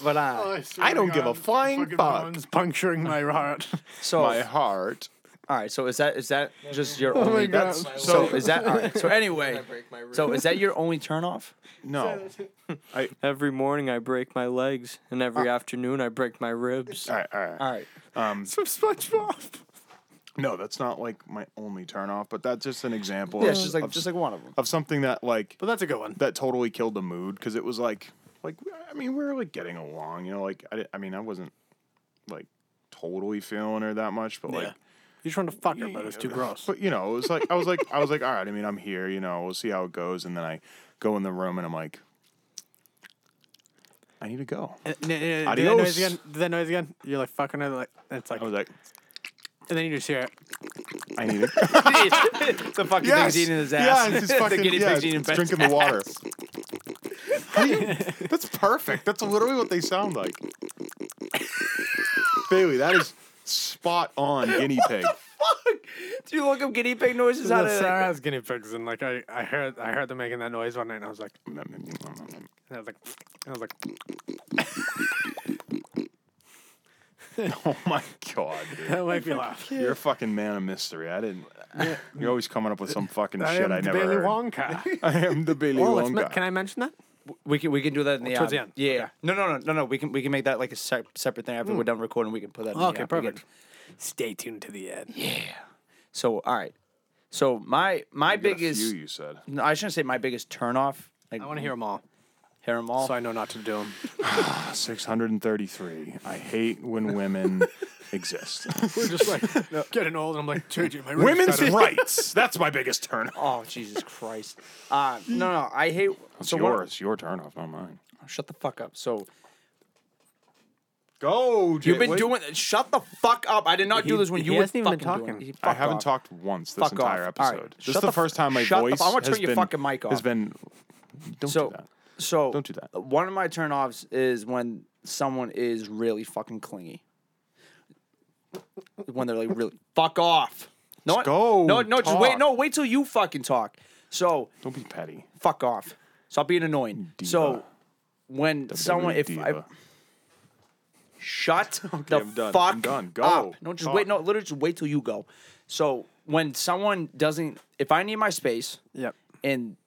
Speaker 3: But uh,
Speaker 4: I don't give a flying fuck.
Speaker 1: Bones puncturing my heart.
Speaker 3: so
Speaker 4: My heart.
Speaker 3: all right. So is that is that just your
Speaker 1: my
Speaker 3: only?
Speaker 1: God.
Speaker 3: That's, so is that all right? So anyway,
Speaker 5: break my rib.
Speaker 3: so is that your only turnoff?
Speaker 4: No.
Speaker 6: Every morning I break my legs, and every afternoon I break my ribs.
Speaker 4: All right. All right.
Speaker 3: All right.
Speaker 1: It's from SpongeBob.
Speaker 4: No, that's not like my only turnoff, but that's just an example.
Speaker 3: Yeah,
Speaker 4: of,
Speaker 3: it's just like
Speaker 4: of,
Speaker 3: just like one of them.
Speaker 4: of something that like
Speaker 1: But that's a good one.
Speaker 4: that totally killed the mood because it was like like I mean we were like getting along, you know. Like I, di- I mean I wasn't like totally feeling her that much, but like
Speaker 1: You're trying to fuck her, but it's too gross.
Speaker 4: but you know it was like I was like I was like all right. I mean I'm here, you know. We'll see how it goes, and then I go in the room and I'm like, I need to go.
Speaker 1: Uh, n- n- n- Do that
Speaker 4: Adios.
Speaker 1: noise again. Do that noise again. You're like fucking her. Like it's like,
Speaker 4: I was
Speaker 1: and
Speaker 4: like,
Speaker 1: then you just hear it.
Speaker 4: I need to.
Speaker 3: the fucking
Speaker 4: yes,
Speaker 3: thing's eating his
Speaker 4: yeah,
Speaker 3: ass.
Speaker 4: it's just fucking
Speaker 3: the guinea
Speaker 4: yeah,
Speaker 3: pig's eating
Speaker 4: it's
Speaker 3: his
Speaker 4: drinking the water. How do you- that's perfect. That's literally what they sound like. Bailey, that is spot on guinea pig.
Speaker 3: Do you look up guinea pig noises out
Speaker 1: No,
Speaker 3: of
Speaker 1: Sarah has guinea pigs, and like I, I heard, I heard them making that noise one night, and I was like, and I was like, and I was like,
Speaker 4: Oh my god, dude.
Speaker 1: that might be laugh.
Speaker 4: You're a fucking man of mystery. I didn't. You're always coming up with some fucking
Speaker 1: I
Speaker 4: shit
Speaker 1: am
Speaker 4: I
Speaker 1: the
Speaker 4: never
Speaker 1: Bailey
Speaker 4: heard.
Speaker 1: Wonka.
Speaker 4: I am the Bailey
Speaker 1: oh, let's
Speaker 4: Wonka.
Speaker 1: ma- can I mention that?
Speaker 3: We can we can do that in the,
Speaker 1: towards
Speaker 3: um,
Speaker 1: the end.
Speaker 3: Yeah. No no no no no. We can we can make that like a sep- separate thing after we're done recording. We can put that. in the,
Speaker 1: Hmm. okay,
Speaker 3: app. We can-
Speaker 1: perfect. Stay tuned to the end.
Speaker 3: So all right. So my my
Speaker 4: You got a few,
Speaker 3: biggest.
Speaker 4: you said.
Speaker 3: No, I shouldn't say my biggest turnoff. Like
Speaker 1: I want to hear them all,
Speaker 3: hear them all.
Speaker 1: so I know not to do them.
Speaker 4: 633. I hate when women exist.
Speaker 1: We're just like getting old, and I'm like, JJ, my
Speaker 4: Women's rights. That's my biggest turn off.
Speaker 3: Oh Jesus Christ! Uh, no, no, I hate.
Speaker 4: It's
Speaker 3: so what-
Speaker 4: yours. Your turn off, not mine.
Speaker 3: shut the fuck up. So
Speaker 4: Go,
Speaker 3: you've been doing. Shut the fuck up! I did not do
Speaker 1: He-
Speaker 3: this when
Speaker 1: he
Speaker 3: you were
Speaker 1: hasn't even been
Speaker 3: fucking doing
Speaker 1: talking.
Speaker 3: it. You
Speaker 4: I
Speaker 3: fuck
Speaker 4: haven't
Speaker 3: off.
Speaker 4: talked once this
Speaker 3: Fuck off.
Speaker 4: entire
Speaker 3: All right.
Speaker 4: episode. This is
Speaker 3: Shut
Speaker 4: the,
Speaker 3: the f-
Speaker 4: first time my
Speaker 3: shut the f-
Speaker 4: voice
Speaker 3: I wanna turn
Speaker 4: has
Speaker 3: your
Speaker 4: been-
Speaker 3: fucking mic
Speaker 4: Has
Speaker 3: off.
Speaker 4: been. Don't
Speaker 3: So,
Speaker 4: do that.
Speaker 3: so
Speaker 4: Don't do that.
Speaker 3: One of my turnoffs is when someone is really fucking clingy. When they're like really fuck off. No,
Speaker 4: Let's go,
Speaker 3: no, no. Just wait.
Speaker 4: talk.
Speaker 3: No, wait till you fucking talk. So
Speaker 4: Don't be petty.
Speaker 3: fuck off. Stop being annoying. So
Speaker 4: Diva.
Speaker 3: when someone, if I
Speaker 4: Diva.
Speaker 3: shut the
Speaker 4: I'm done. I'm
Speaker 3: fuck
Speaker 4: done. Go.
Speaker 3: up. No, just
Speaker 4: Talk.
Speaker 3: wait. No, literally, just wait till you go. So when someone doesn't, if I need my space,
Speaker 1: Yep.
Speaker 3: and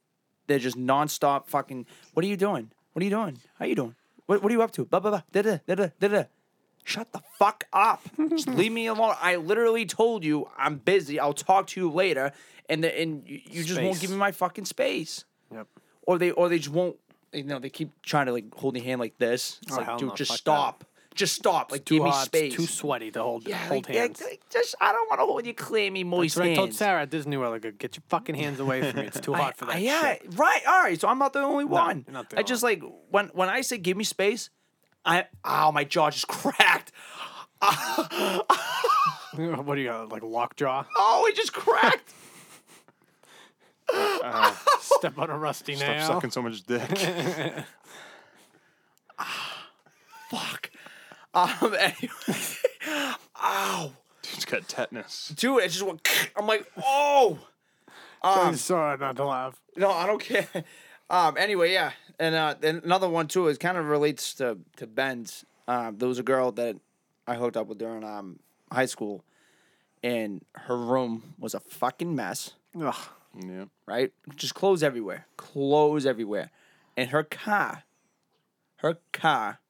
Speaker 3: they're just nonstop fucking. What are you doing? What are you doing? How you doing? What, what are you up to? Blah blah blah. Da da da da da. da. Shut the fuck up. Just leave me alone. I literally told you I'm busy. I'll talk to you later, and the, and you, you just won't
Speaker 1: Space.
Speaker 3: give me my fucking space.
Speaker 1: Yep.
Speaker 3: Or they or they just won't. You know they keep trying to like hold your hand like this. It's
Speaker 1: Oh,
Speaker 3: like
Speaker 1: hell
Speaker 3: dude,
Speaker 1: no,
Speaker 3: just
Speaker 1: fuck that.
Speaker 3: stop. Just stop. Like
Speaker 1: Too
Speaker 3: give me
Speaker 1: hot,
Speaker 3: space.
Speaker 1: Too sweaty to hold.
Speaker 3: yeah,
Speaker 1: hold
Speaker 3: like, yeah,
Speaker 1: hands.
Speaker 3: like, just I don't want to hold your clammy moist
Speaker 1: So I told
Speaker 3: hands.
Speaker 1: Sarah at Disney World, I go, get your fucking hands away from me. It's too hot for that
Speaker 3: yeah,
Speaker 1: shit.
Speaker 3: right. All right. So I'm not the only one.
Speaker 1: you're not the
Speaker 3: I just like when when I say give me space, I oh my jaw just cracked.
Speaker 1: what do you got, like lockjaw?
Speaker 3: Oh, it just cracked.
Speaker 1: Step on a rusty
Speaker 4: Stop
Speaker 1: nail.
Speaker 4: sucking so much dick.
Speaker 3: Fuck. Um, anyway,
Speaker 4: Dude's got tetanus.
Speaker 3: dude, it just went. I'm like, oh
Speaker 1: I'm sorry not to laugh.
Speaker 3: no, I don't care. Um, anyway, yeah, and uh, and another one too is kind of relates to to Ben's. Um, there was a girl that I hooked up with during um high school, and her room was a fucking mess.
Speaker 1: Ugh.
Speaker 4: Yeah.
Speaker 3: right? Just clothes everywhere, clothes everywhere, and her car, her car,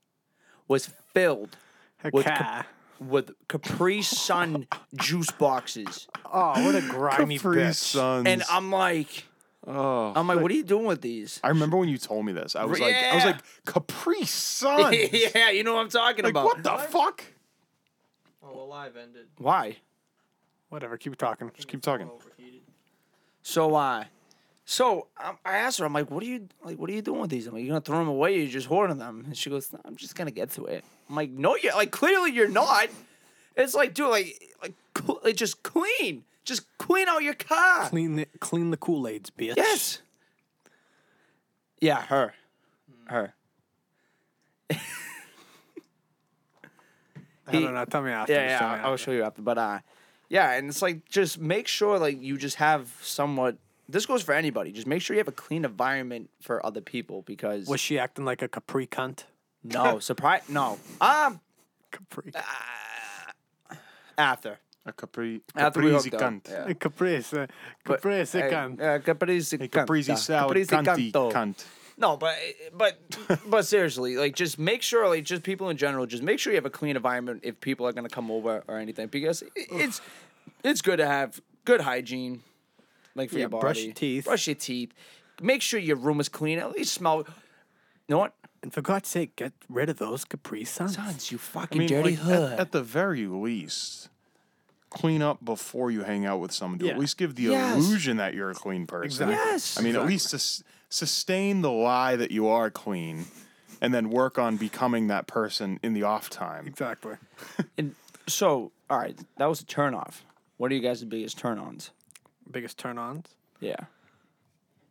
Speaker 3: was filled
Speaker 1: A
Speaker 3: With
Speaker 1: cat.
Speaker 3: with Capri Sun juice boxes,
Speaker 1: oh, what a grimy
Speaker 4: Free
Speaker 1: bitch.
Speaker 4: sons.
Speaker 3: and I'm like,
Speaker 4: Oh,
Speaker 3: I'm like, what are you doing with these?
Speaker 4: I remember when you told me this. I was like, I was
Speaker 3: Yeah.
Speaker 4: like, Capri Sun.
Speaker 3: yeah, you know what I'm talking
Speaker 4: Like,
Speaker 3: about.
Speaker 4: what the fuck?
Speaker 5: Oh, well, live ended.
Speaker 3: Why?
Speaker 1: Whatever, keep talking.
Speaker 4: Just keep talking.
Speaker 5: Overheated.
Speaker 3: So uh, so um, I asked her, I'm like, what are you like? What are you doing with these? I'm like, you're gonna throw them away? You're just hoarding them? And she goes, "No, I'm just gonna get to it. I'm like, no, you like clearly you're not. It's like, dude, like like, cl- like just clean, just clean out your car.
Speaker 1: Clean the clean the Kool Aids, bitch.
Speaker 3: Yes. Yeah, her,
Speaker 1: Hmm.
Speaker 3: her.
Speaker 1: I don't know. Tell me after.
Speaker 3: Yeah,
Speaker 1: just tell
Speaker 3: yeah.
Speaker 1: me
Speaker 3: I'll, I'll
Speaker 1: after.
Speaker 3: show you after. But uh, yeah, and it's like just make sure like you just have somewhat. This goes for anybody. Just make sure you have a clean environment for other people because
Speaker 1: Was she acting like a Capri cunt?
Speaker 3: no surprise. No. Um.
Speaker 1: Capri.
Speaker 3: After.
Speaker 4: A Capri.
Speaker 3: After we
Speaker 4: Caprizi
Speaker 3: hooked up.
Speaker 4: cunt.
Speaker 3: Yeah.
Speaker 1: A Caprese.
Speaker 3: But-
Speaker 1: Caprese
Speaker 3: uh,
Speaker 1: cunt.
Speaker 3: Uh, caprese
Speaker 4: A
Speaker 3: cunt.
Speaker 4: Caprizi salad. Cunty cunt.
Speaker 3: No, but but but seriously, like just make sure, like just people in general, just make sure you have a clean environment if people are gonna come over or anything, because i- it's it's good to have good hygiene, like for
Speaker 1: Yeah,
Speaker 3: your body.
Speaker 1: brush your teeth.
Speaker 3: Brush your teeth. Make sure your room is clean. At least smell. You know what?
Speaker 1: and for God's sake, get rid of those Capri Suns.
Speaker 3: Sons, you
Speaker 4: I
Speaker 3: fucking
Speaker 4: mean,
Speaker 3: dirty
Speaker 4: like,
Speaker 3: hood.
Speaker 4: at, at the very least, clean up before you hang out with someone. To
Speaker 1: Yeah.
Speaker 4: at least give the
Speaker 3: Yes.
Speaker 4: illusion that you're a clean person.
Speaker 1: Exactly.
Speaker 3: Yes.
Speaker 4: I mean, at least sus- sustain the lie that you are clean, and then work on becoming that person in the off time.
Speaker 1: Exactly.
Speaker 3: and so, all right, that was a turn off. What are you guys' biggest turn ons?
Speaker 1: Biggest turn ons?
Speaker 3: Yeah.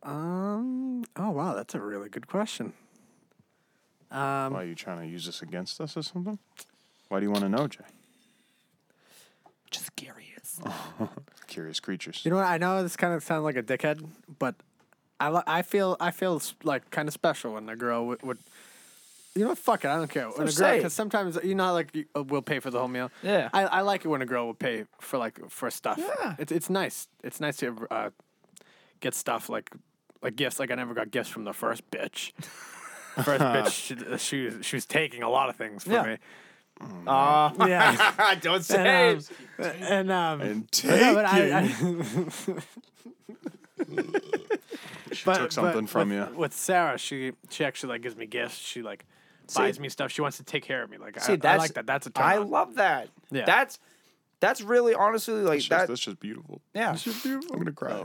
Speaker 1: Um. Oh wow, that's a really good question. Um,
Speaker 4: Why are you trying to use this against us or something? Why do you want to know, Jay?
Speaker 3: Just curious.
Speaker 4: Curious creatures.
Speaker 1: You know what? I know this kind of sounds like a dickhead, but I li- I feel I feel s- like kind of special when a girl would. would you know what? Fuck it. I don't care. When a
Speaker 3: So
Speaker 1: girl,
Speaker 3: say it.
Speaker 1: because sometimes you know, how, like you- uh, we'll pay for the whole meal.
Speaker 3: Yeah.
Speaker 1: I, I like it when a girl will pay for like for stuff.
Speaker 3: Yeah.
Speaker 1: It's it's nice. It's nice to uh, get stuff like like gifts. Like I never got gifts from the first bitch. First bitch, she, she was- she was taking a lot of things from
Speaker 3: Yeah.
Speaker 1: me.
Speaker 3: Uh,
Speaker 1: Yeah.
Speaker 3: don't say
Speaker 1: and,
Speaker 3: it.
Speaker 1: um, and um,
Speaker 4: and
Speaker 1: but
Speaker 4: taking.
Speaker 1: no, but I- I-
Speaker 4: she took something from
Speaker 1: with,
Speaker 4: you.
Speaker 1: With Sarah, she she actually like gives me gifts. She like buys
Speaker 3: See-
Speaker 1: me stuff. She wants to take care of me. Like I,
Speaker 3: See,
Speaker 1: I
Speaker 3: that's
Speaker 1: like that. That's a turn
Speaker 3: I
Speaker 1: on.
Speaker 3: love that.
Speaker 1: Yeah.
Speaker 3: That's that's really honestly like
Speaker 4: That's
Speaker 3: that.
Speaker 4: just, that's just beautiful.
Speaker 3: Yeah.
Speaker 4: That's just beautiful. I'm gonna
Speaker 1: Oh,
Speaker 4: cry.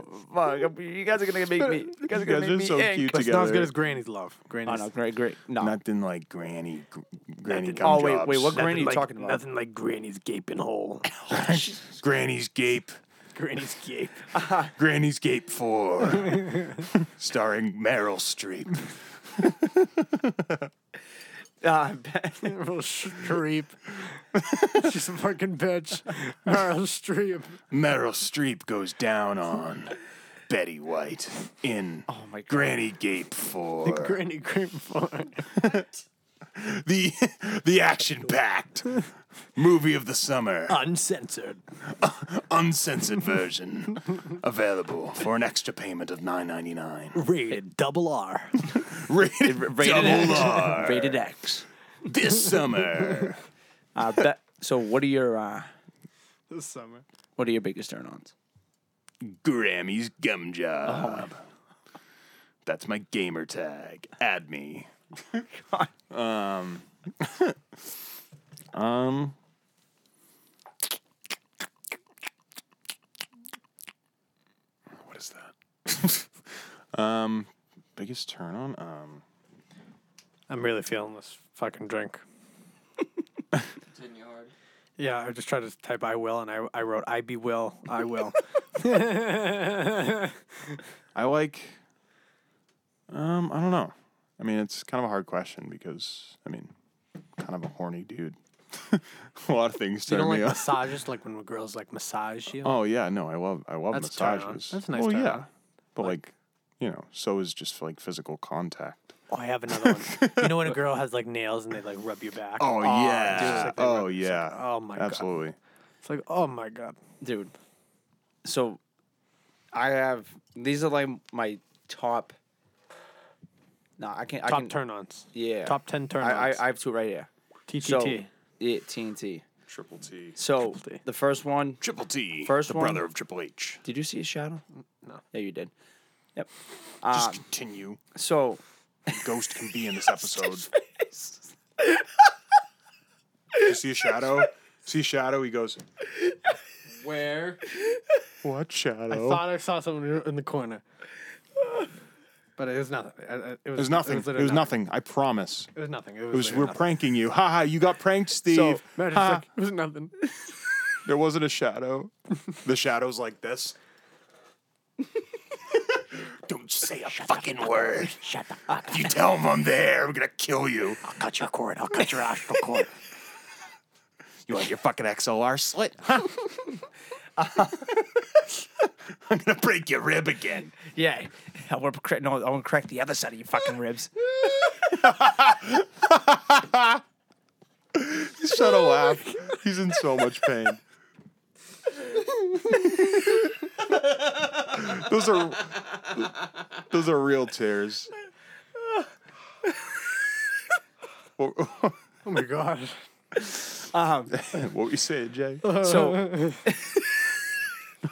Speaker 3: Fuck, you guys are gonna make me. You guys are gonna
Speaker 4: guys
Speaker 3: make
Speaker 4: are
Speaker 3: me
Speaker 4: so
Speaker 3: ink.
Speaker 4: cute
Speaker 1: But it's not as
Speaker 4: together.
Speaker 1: good as Granny's love.
Speaker 3: Oh
Speaker 1: Granny's.
Speaker 3: no, great, great. No,
Speaker 4: Nothing like granny, gr- granny
Speaker 3: oh,
Speaker 4: gumdrops.
Speaker 3: wait, wait, what
Speaker 1: nothing
Speaker 3: granny you
Speaker 1: like-
Speaker 3: talking about?
Speaker 1: Nothing like Granny's gaping hole.
Speaker 4: Granny's Gape.
Speaker 1: Granny's gape.
Speaker 4: Granny's Gape 4. Starring Meryl Streep.
Speaker 3: Uh,
Speaker 1: Meryl Streep. She's a fucking bitch. Meryl Streep.
Speaker 4: Meryl Streep goes down on Betty White in
Speaker 3: Oh my God.
Speaker 4: Granny Gape 4.
Speaker 1: Granny Grimp Farm.
Speaker 4: The, the action packed movie of the summer.
Speaker 1: Uncensored.
Speaker 4: Uncensored version. Available for an extra payment of nine ninety nine.
Speaker 1: Rated double R.
Speaker 4: Rated,
Speaker 3: rated
Speaker 4: double
Speaker 3: X.
Speaker 4: R.
Speaker 3: rated X.
Speaker 4: This summer.
Speaker 3: Uh, that, so, what are your uh,
Speaker 1: this summer.
Speaker 3: what are your biggest turn-ons?
Speaker 4: Grammy's gum
Speaker 1: Oh,
Speaker 4: job. That's my gamer tag. Add me. um, um, what is that? um, biggest turn on? Um,
Speaker 1: I'm really feeling this fucking drink.
Speaker 5: It's in your heart.
Speaker 1: Yeah, I just tried to type I will and I, I wrote I be will. I will.
Speaker 4: I like. Um, I don't know. I mean, it's kind of a hard question because I mean, kind of a horny dude. a lot of things
Speaker 1: you
Speaker 4: turn
Speaker 1: don't
Speaker 4: me
Speaker 1: like
Speaker 4: on.
Speaker 1: massages like when girls like massage you?
Speaker 4: Oh yeah, no, I love I love
Speaker 1: That's a turn on.
Speaker 4: massages.
Speaker 1: That's a nice
Speaker 4: Well,
Speaker 1: turn
Speaker 4: yeah,
Speaker 1: on.
Speaker 4: but like, you know, so is just like physical contact.
Speaker 1: Oh, I have another one. you know when a girl has like nails and they like rub your back?
Speaker 4: Oh,
Speaker 1: it's just
Speaker 4: yeah,
Speaker 1: like they
Speaker 4: oh
Speaker 1: rub-
Speaker 4: yeah,
Speaker 1: oh my God.
Speaker 4: absolutely.
Speaker 1: It's like, oh my God.
Speaker 3: dude. So, I have these are like my top. No, I can't. I
Speaker 1: Top
Speaker 3: can,
Speaker 1: turn ons.
Speaker 3: Yeah.
Speaker 1: Top 10 turn
Speaker 3: I, I
Speaker 1: ons.
Speaker 3: I have two right here.
Speaker 1: TTT.
Speaker 3: So, yeah, TNT.
Speaker 4: Triple T,
Speaker 3: So
Speaker 1: T.
Speaker 3: the first one.
Speaker 4: Triple T,
Speaker 3: First
Speaker 4: the
Speaker 3: one-
Speaker 4: brother of Triple H.
Speaker 3: Did you see a shadow? No. Yeah, you did. Yep.
Speaker 1: Um,
Speaker 4: Just continue.
Speaker 3: So
Speaker 4: Ghost can be in this episode. you see a shadow? See a shadow? He goes,
Speaker 5: Where?
Speaker 4: "What shadow?"
Speaker 1: I thought I saw someone in the corner. But it was nothing. I- I- It was,
Speaker 4: It was nothing. It was,
Speaker 1: literally
Speaker 4: nothing. I promise.
Speaker 1: It was nothing. It
Speaker 4: It was
Speaker 1: was,
Speaker 4: we're pranking you. Ha ha! You got pranked, Steve.
Speaker 1: No, just
Speaker 4: Ha.
Speaker 1: like, it was nothing.
Speaker 4: There wasn't a shadow. the shadow's like this. Don't say a fucking word. Shut the fuck. If you tell them I'm there, I'm gonna kill you. I'll cut your cord. I'll cut your astral cord. You want your fucking XLR slit? Huh? I'm gonna break your rib again.
Speaker 3: yeah, I want to crack. No, I want to crack the other side of your fucking ribs.
Speaker 4: Shut a laugh. He's in so much pain. those are those are real tears. what, what
Speaker 1: Oh my God. Uh,
Speaker 3: Um,
Speaker 4: were you saying, Jay?
Speaker 3: so.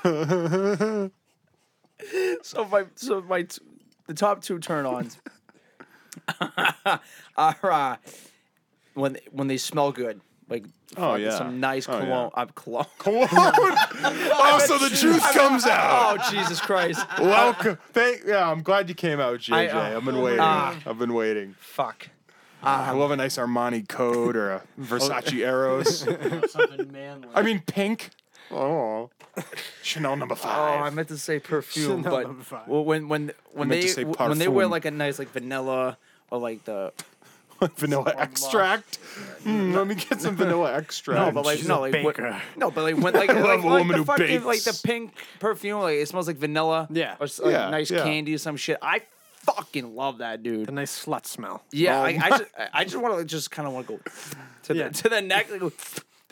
Speaker 3: so my so my t- the top two turn ons are uh, when when they smell good, like
Speaker 4: Oh
Speaker 3: fucking
Speaker 4: yeah.
Speaker 3: some nice
Speaker 4: Oh, yeah.
Speaker 3: cologne. Uh, cologne.
Speaker 4: Cologne. oh, so the truth comes out.
Speaker 3: Oh Jesus Christ!
Speaker 1: Oh.
Speaker 4: Welcome. Thank. Yeah, I'm glad you came out, JJ. I,
Speaker 3: uh,
Speaker 4: have been waiting.
Speaker 3: ah.
Speaker 4: I've been waiting.
Speaker 3: Fuck.
Speaker 4: I love a nice Armani coat or a
Speaker 3: Oh.
Speaker 4: Versace Eros.
Speaker 5: Something manly.
Speaker 4: I mean, pink. Oh, Chanel number
Speaker 3: Oh,
Speaker 4: five.
Speaker 3: I meant to say perfume,
Speaker 1: Chanel
Speaker 3: but
Speaker 1: number five.
Speaker 3: well, when when when
Speaker 4: meant
Speaker 3: they
Speaker 4: to say
Speaker 3: w- when they wear
Speaker 4: parfum.
Speaker 3: like a nice like vanilla or like the
Speaker 4: vanilla extract. Hmm, let me get some vanilla extract.
Speaker 3: no, but like
Speaker 1: she's
Speaker 3: no,
Speaker 1: a
Speaker 3: like what,
Speaker 1: baker.
Speaker 3: no, but like when like, like,
Speaker 4: love a
Speaker 3: like
Speaker 4: woman
Speaker 3: the
Speaker 4: who
Speaker 3: fucking like the
Speaker 4: bakes.
Speaker 3: pink perfume, like it smells like vanilla,
Speaker 1: Yeah.
Speaker 3: or s- like,
Speaker 4: Yeah,
Speaker 3: nice
Speaker 4: yeah.
Speaker 3: candy or some shit. I fucking love that dude.
Speaker 1: The nice slut smell.
Speaker 4: Oh,
Speaker 3: Yeah, I, I just I just want to just kind of want to go to
Speaker 1: Yeah.
Speaker 3: the to the neck, like, go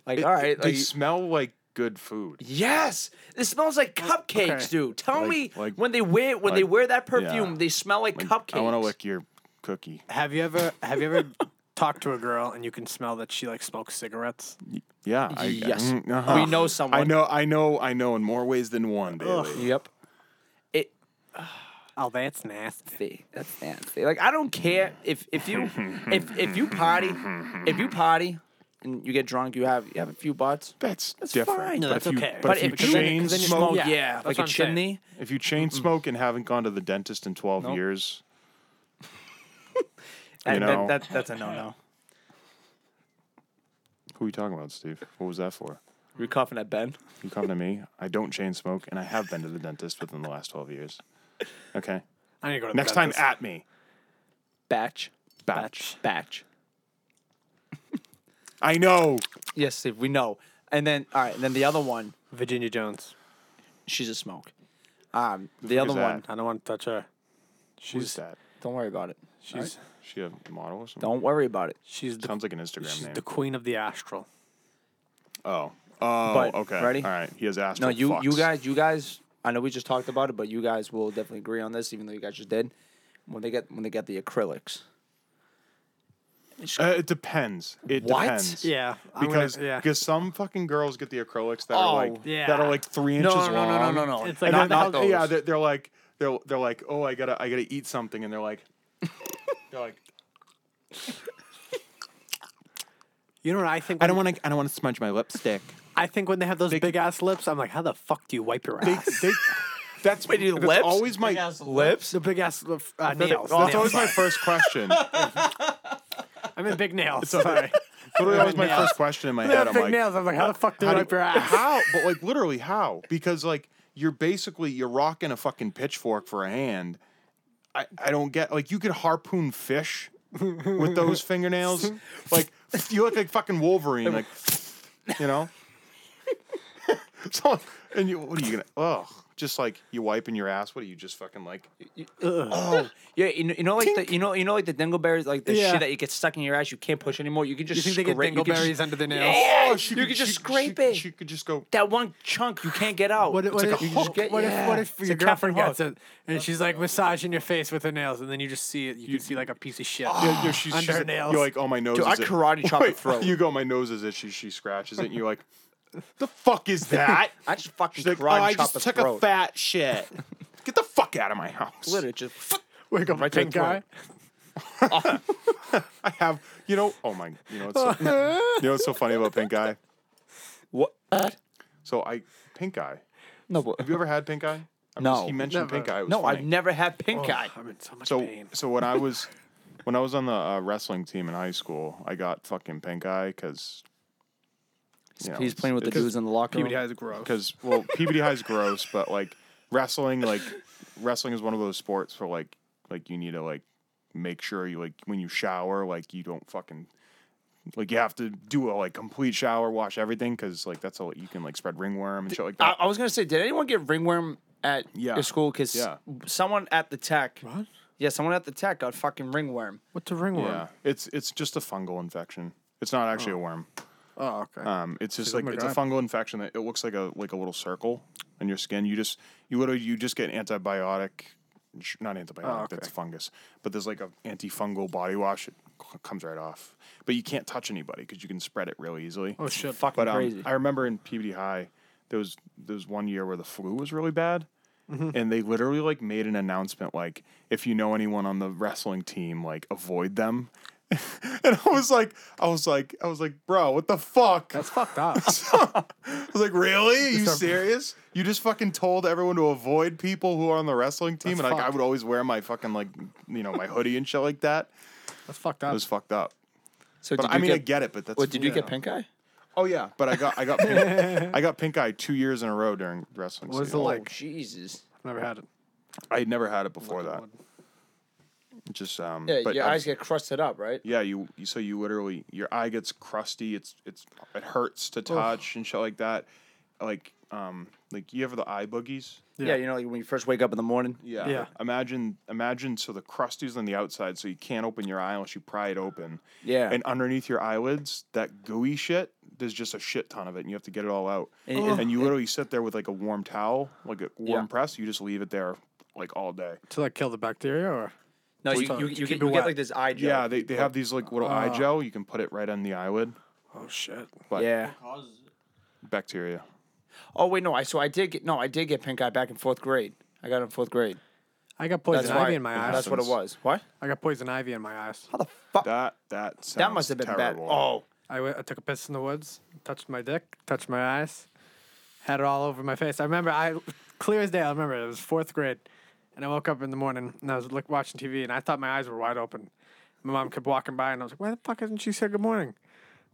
Speaker 3: like all right,
Speaker 4: they
Speaker 3: like,
Speaker 4: smell like good food.
Speaker 3: Yes, it smells like cupcakes,
Speaker 1: okay.
Speaker 3: dude. Tell me
Speaker 4: like-
Speaker 3: when they wear when they
Speaker 4: like-
Speaker 3: wear that perfume,
Speaker 4: yeah.
Speaker 3: they smell like, cupcakes.
Speaker 4: I want to lick your cookie.
Speaker 1: Have you ever have you ever talked to a girl and you can smell that she like smokes cigarettes?
Speaker 4: Yeah. I,
Speaker 3: Yes.
Speaker 4: mm, uh-huh.
Speaker 3: We know someone.
Speaker 4: I know. I know. I know in more ways than one, Bailey.
Speaker 3: Yep. It.
Speaker 1: Oh, that's nasty.
Speaker 3: nasty. That's nasty. Like I don't care if if you if if you party if you party and you get drunk, you have you have a few butts.
Speaker 4: That's,
Speaker 3: That's
Speaker 4: different.
Speaker 3: fine.
Speaker 1: No,
Speaker 4: But
Speaker 1: that's
Speaker 4: if you,
Speaker 1: okay.
Speaker 4: But, if you
Speaker 1: because then-
Speaker 4: chain
Speaker 1: because then you
Speaker 4: smoke,
Speaker 1: smoke- yeah,
Speaker 3: yeah,
Speaker 1: that's what
Speaker 3: like a
Speaker 1: I'm saying.
Speaker 3: chimney.
Speaker 4: if you chain smoke and haven't gone to the dentist in 12 years,
Speaker 3: That, that-
Speaker 4: know.
Speaker 3: that- that's a no no.
Speaker 4: who are you talking about, Steve? What was that for?
Speaker 3: You're coughing at Ben.
Speaker 4: You come to me. I don't chain smoke, and I have been to the dentist within the last 12 years. Okay.
Speaker 1: I need to go to the
Speaker 4: Next time,
Speaker 1: dentist.
Speaker 4: at me.
Speaker 3: Batch.
Speaker 4: Batch.
Speaker 3: Batch.
Speaker 4: I know.
Speaker 3: Yes, Steve, we know. And then all right, and then the other one,
Speaker 1: Virginia Jones.
Speaker 3: she's a smoke. Um, the other
Speaker 4: is that?
Speaker 3: one,
Speaker 1: I don't want to touch her.
Speaker 4: She's that.
Speaker 3: don't worry about it.
Speaker 1: She's
Speaker 4: She a model or something?
Speaker 3: Don't worry about it.
Speaker 1: she's the,
Speaker 4: Sounds like an Instagram
Speaker 1: she's
Speaker 4: name.
Speaker 1: the queen of the astral.
Speaker 4: Oh. Oh,
Speaker 3: But,
Speaker 4: okay.
Speaker 3: ready?
Speaker 4: All right. He has asked.
Speaker 3: No, you you guys, you guys. I know we just talked about it, but you guys will definitely agree on this, even though you guys just did. When they get when they get the acrylics,
Speaker 4: Uh, it depends. It
Speaker 3: What?
Speaker 4: depends.
Speaker 1: Yeah, I'm gonna-
Speaker 4: Because
Speaker 1: yeah.
Speaker 4: because some fucking girls get the acrylics that are
Speaker 3: Oh,
Speaker 4: like
Speaker 1: yeah.
Speaker 4: that are like three
Speaker 3: no,
Speaker 4: inches
Speaker 3: no, no,
Speaker 4: long.
Speaker 3: no, no, no, no.
Speaker 1: It's like
Speaker 4: And
Speaker 1: not,
Speaker 4: then
Speaker 1: not
Speaker 4: they'll-
Speaker 1: those.
Speaker 4: yeah, they're, they're like they're they're like oh I gotta I gotta eat something and they're like they're like
Speaker 1: you know what I think? when-
Speaker 4: want to I don't want to smudge my lipstick.
Speaker 1: I think when they have those big ass lips, I'm like, how the fuck do you wipe your
Speaker 4: They,
Speaker 1: ass?
Speaker 4: they, that's
Speaker 3: Wait, your
Speaker 4: that's
Speaker 3: lips?
Speaker 4: always my
Speaker 5: Yes,
Speaker 3: lips.
Speaker 1: the big ass lip, uh, nails.
Speaker 4: that's
Speaker 1: nails.
Speaker 4: always my first question.
Speaker 1: I mean, big nails.
Speaker 4: Sorry. Literally always my
Speaker 1: Nails.
Speaker 4: first question in my
Speaker 1: They
Speaker 4: head.
Speaker 1: have
Speaker 4: I'm
Speaker 1: big
Speaker 4: like,
Speaker 1: nails. I'm like, how the fuck do you
Speaker 4: How do
Speaker 1: wipe your
Speaker 4: you-
Speaker 1: ass?
Speaker 4: How? But like literally how? Because like you're basically you're rocking a fucking pitchfork for a hand. I, I don't get like you could harpoon fish with those fingernails. Like you look like fucking Wolverine, like you know. so and you what are you gonna oh just like you wiping your ass? What are you just fucking like?
Speaker 3: Oh, yeah. You know, you know like the you know you know like the dingleberries, like the
Speaker 1: Yeah.
Speaker 3: shit that you get stuck in your ass, you can't push anymore. You can just
Speaker 1: You think they get
Speaker 3: scrape- you can
Speaker 1: dingleberries
Speaker 3: just-
Speaker 1: under their nails?
Speaker 3: Yeah,
Speaker 4: Oh, she
Speaker 3: you could just
Speaker 4: she-
Speaker 3: scrape
Speaker 4: she-
Speaker 3: it.
Speaker 4: She could just go.
Speaker 3: that one chunk you can't get out.
Speaker 1: What, if-
Speaker 3: It's
Speaker 1: what,
Speaker 3: like
Speaker 1: if,
Speaker 3: a
Speaker 1: you
Speaker 3: hook.
Speaker 1: just get- what if what
Speaker 3: Yeah,
Speaker 1: if
Speaker 3: it's
Speaker 1: your
Speaker 3: a cap
Speaker 1: girlfriend
Speaker 3: and hook.
Speaker 1: gets it and she's like massaging your face with her nails, and then you just see it. You, can see like a piece of shit
Speaker 4: Yeah, yeah, she's,
Speaker 1: under
Speaker 4: she's
Speaker 1: her nails.
Speaker 4: You're like, oh, my nose.
Speaker 3: Dude,
Speaker 4: is
Speaker 3: I
Speaker 4: it-
Speaker 3: karate chop her
Speaker 4: Wait,
Speaker 3: throat.
Speaker 4: You go, my nose is itchy. She scratches it, and you're like, the fuck is that?
Speaker 3: I just fucking
Speaker 4: She's like, oh,
Speaker 3: karate
Speaker 4: I
Speaker 3: chop
Speaker 4: just
Speaker 3: his
Speaker 4: took
Speaker 3: throat.
Speaker 4: a fat shit. Get the fuck out of my house.
Speaker 3: Literally, just
Speaker 1: wake up,
Speaker 3: right to the
Speaker 1: pink eye.
Speaker 4: I have, you know, oh my, you know, it's so, you know what's so funny about pink eye?
Speaker 3: what?
Speaker 4: So I, pink eye.
Speaker 3: No, but,
Speaker 4: Have you ever had pink eye? I'm
Speaker 3: No.
Speaker 4: Just, he mentioned
Speaker 1: Never.
Speaker 4: pink eye. It was
Speaker 3: no,
Speaker 4: funny.
Speaker 3: I've never had pink eye.
Speaker 1: I'm in so much
Speaker 4: So
Speaker 1: pain.
Speaker 4: so when I was when I was on the uh, wrestling team in high school, I got fucking pink eye because
Speaker 3: He's playing with the dudes in the locker room.
Speaker 1: is gross.
Speaker 4: because well, PBD High is gross, but like wrestling, like wrestling is one of those sports where like like you need to like make sure you like when you shower, like you don't fucking like you have to do a like complete shower, wash everything because like that's all you can like spread ringworm and shit like
Speaker 3: I,
Speaker 4: that.
Speaker 3: I was gonna say, did anyone get ringworm at
Speaker 4: Yeah.
Speaker 3: your school? Because
Speaker 4: Yeah.
Speaker 3: someone at the tech,
Speaker 1: What?
Speaker 3: yeah, someone at the tech got fucking ringworm.
Speaker 1: What's a ringworm?
Speaker 4: yeah, it's it's just a fungal infection. It's not actually a worm.
Speaker 1: Oh, okay.
Speaker 4: Um, it's just like
Speaker 1: my
Speaker 4: it's a
Speaker 1: God.
Speaker 4: fungal infection that it looks like a like a little circle in your skin. You just you literally you just get antibiotic, sh- not antibiotic.
Speaker 1: Oh,
Speaker 4: That's fungus, but there's like a antifungal body wash. It c- comes right off, but you can't touch anybody because you can spread it really easily.
Speaker 1: oh shit.
Speaker 3: Fucking
Speaker 4: but um,
Speaker 3: crazy.
Speaker 4: I remember in PBD High, there was there was one year where the flu was really bad,
Speaker 1: Mm-hmm.
Speaker 4: and they literally like made an announcement like if you know anyone on the wrestling team, like avoid them. and I was like, I was like, I was like, bro, what the fuck?
Speaker 1: That's fucked up.
Speaker 4: I was like, really? Are you serious? You just fucking told everyone to avoid people who are on the wrestling team,
Speaker 1: That's
Speaker 4: and like I
Speaker 1: fucked.
Speaker 4: would always wear my fucking like you know my hoodie and shit like that.
Speaker 1: That's fucked
Speaker 4: It
Speaker 1: up.
Speaker 4: was fucked up.
Speaker 3: So
Speaker 4: But
Speaker 3: did
Speaker 4: I
Speaker 3: you
Speaker 4: mean,
Speaker 3: get,
Speaker 4: I get it. But that's
Speaker 3: What did you
Speaker 4: yeah.
Speaker 3: get pink eye?
Speaker 4: Oh yeah, but I got I got pink, I got pink eye two years in a row during wrestling.
Speaker 1: What was
Speaker 4: season.
Speaker 1: the
Speaker 3: Oh,
Speaker 1: like?
Speaker 3: Jesus.
Speaker 1: Never had it.
Speaker 4: I had never had it before that. Just um,
Speaker 3: Yeah,
Speaker 4: but
Speaker 3: your
Speaker 4: I-
Speaker 3: eyes get crusted up, right?
Speaker 4: Yeah, you, you so you literally your eye gets crusty. It's it's it hurts to touch and shit like that. Like um, like you ever the eye boogies?
Speaker 3: Yeah, you know, like when you first wake up in the morning.
Speaker 4: Yeah.
Speaker 1: Yeah.
Speaker 4: Imagine, imagine. So the crusty's on the outside, so you can't open your eye unless you pry it open.
Speaker 3: Yeah.
Speaker 4: And underneath your eyelids, that gooey shit, there's just a shit ton of it, and you have to get it all out.
Speaker 3: And-
Speaker 4: And,
Speaker 3: and-
Speaker 4: you literally sit there with like a warm towel, like a warm
Speaker 3: Yeah.
Speaker 4: press. You just leave it there like all day.
Speaker 1: To like kill the bacteria or?
Speaker 3: No, you,
Speaker 1: Well,
Speaker 3: you,
Speaker 1: you
Speaker 3: you,
Speaker 1: keep it
Speaker 3: get, you get
Speaker 1: wet.
Speaker 3: like this eye gel.
Speaker 4: Yeah, they, they have these like little eye gel. You can put it right on the eyelid.
Speaker 1: Oh shit.
Speaker 4: But
Speaker 3: Yeah.
Speaker 5: Causes it.
Speaker 4: bacteria.
Speaker 3: Oh wait, no. I so I did get no. I did get pink eye back in fourth grade. I got it in fourth grade.
Speaker 1: I got poison
Speaker 3: That's why.
Speaker 1: ivy in my eyes.
Speaker 3: That's what it was. What?
Speaker 1: I got poison ivy in my eyes.
Speaker 3: How the fuck? That,
Speaker 4: That that sounds
Speaker 3: must have been
Speaker 4: terrible.
Speaker 3: bad. Oh,
Speaker 1: I, went, I took a piss in the woods, touched my dick, touched my eyes, had it all over my face. I remember, I clear as day, I remember it was fourth grade, and I woke up in the morning and I was like watching TV, and I thought my eyes were wide open. My mom kept walking by, and I was like, "Why the fuck hasn't she said good morning?"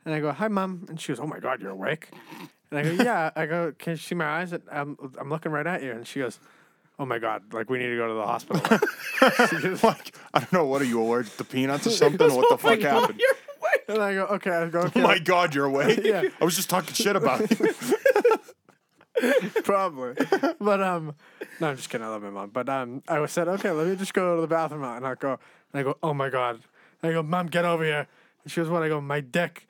Speaker 1: And I go, "Hi, mom," and she goes, "Oh my god, you're awake." And I go, "Yeah." I go, "Can you see my eyes? I'm I'm looking right at you." And she goes, "Oh my god, like we need to go to the hospital."
Speaker 4: Like, I don't know. What are you allergic to peanuts or something? or what the fuck happened?
Speaker 1: and I go, "Okay." I go,
Speaker 4: Oh
Speaker 1: okay.
Speaker 4: my god, you're awake.
Speaker 1: Yeah.
Speaker 4: I was just talking shit about you.
Speaker 1: probably. but um, no, I'm just kidding. I love my mom. But um, I was said, okay, let me just go to the bathroom, and I go, and I go, oh my god, and I go, mom, get over here. And she goes, what? I go, my dick,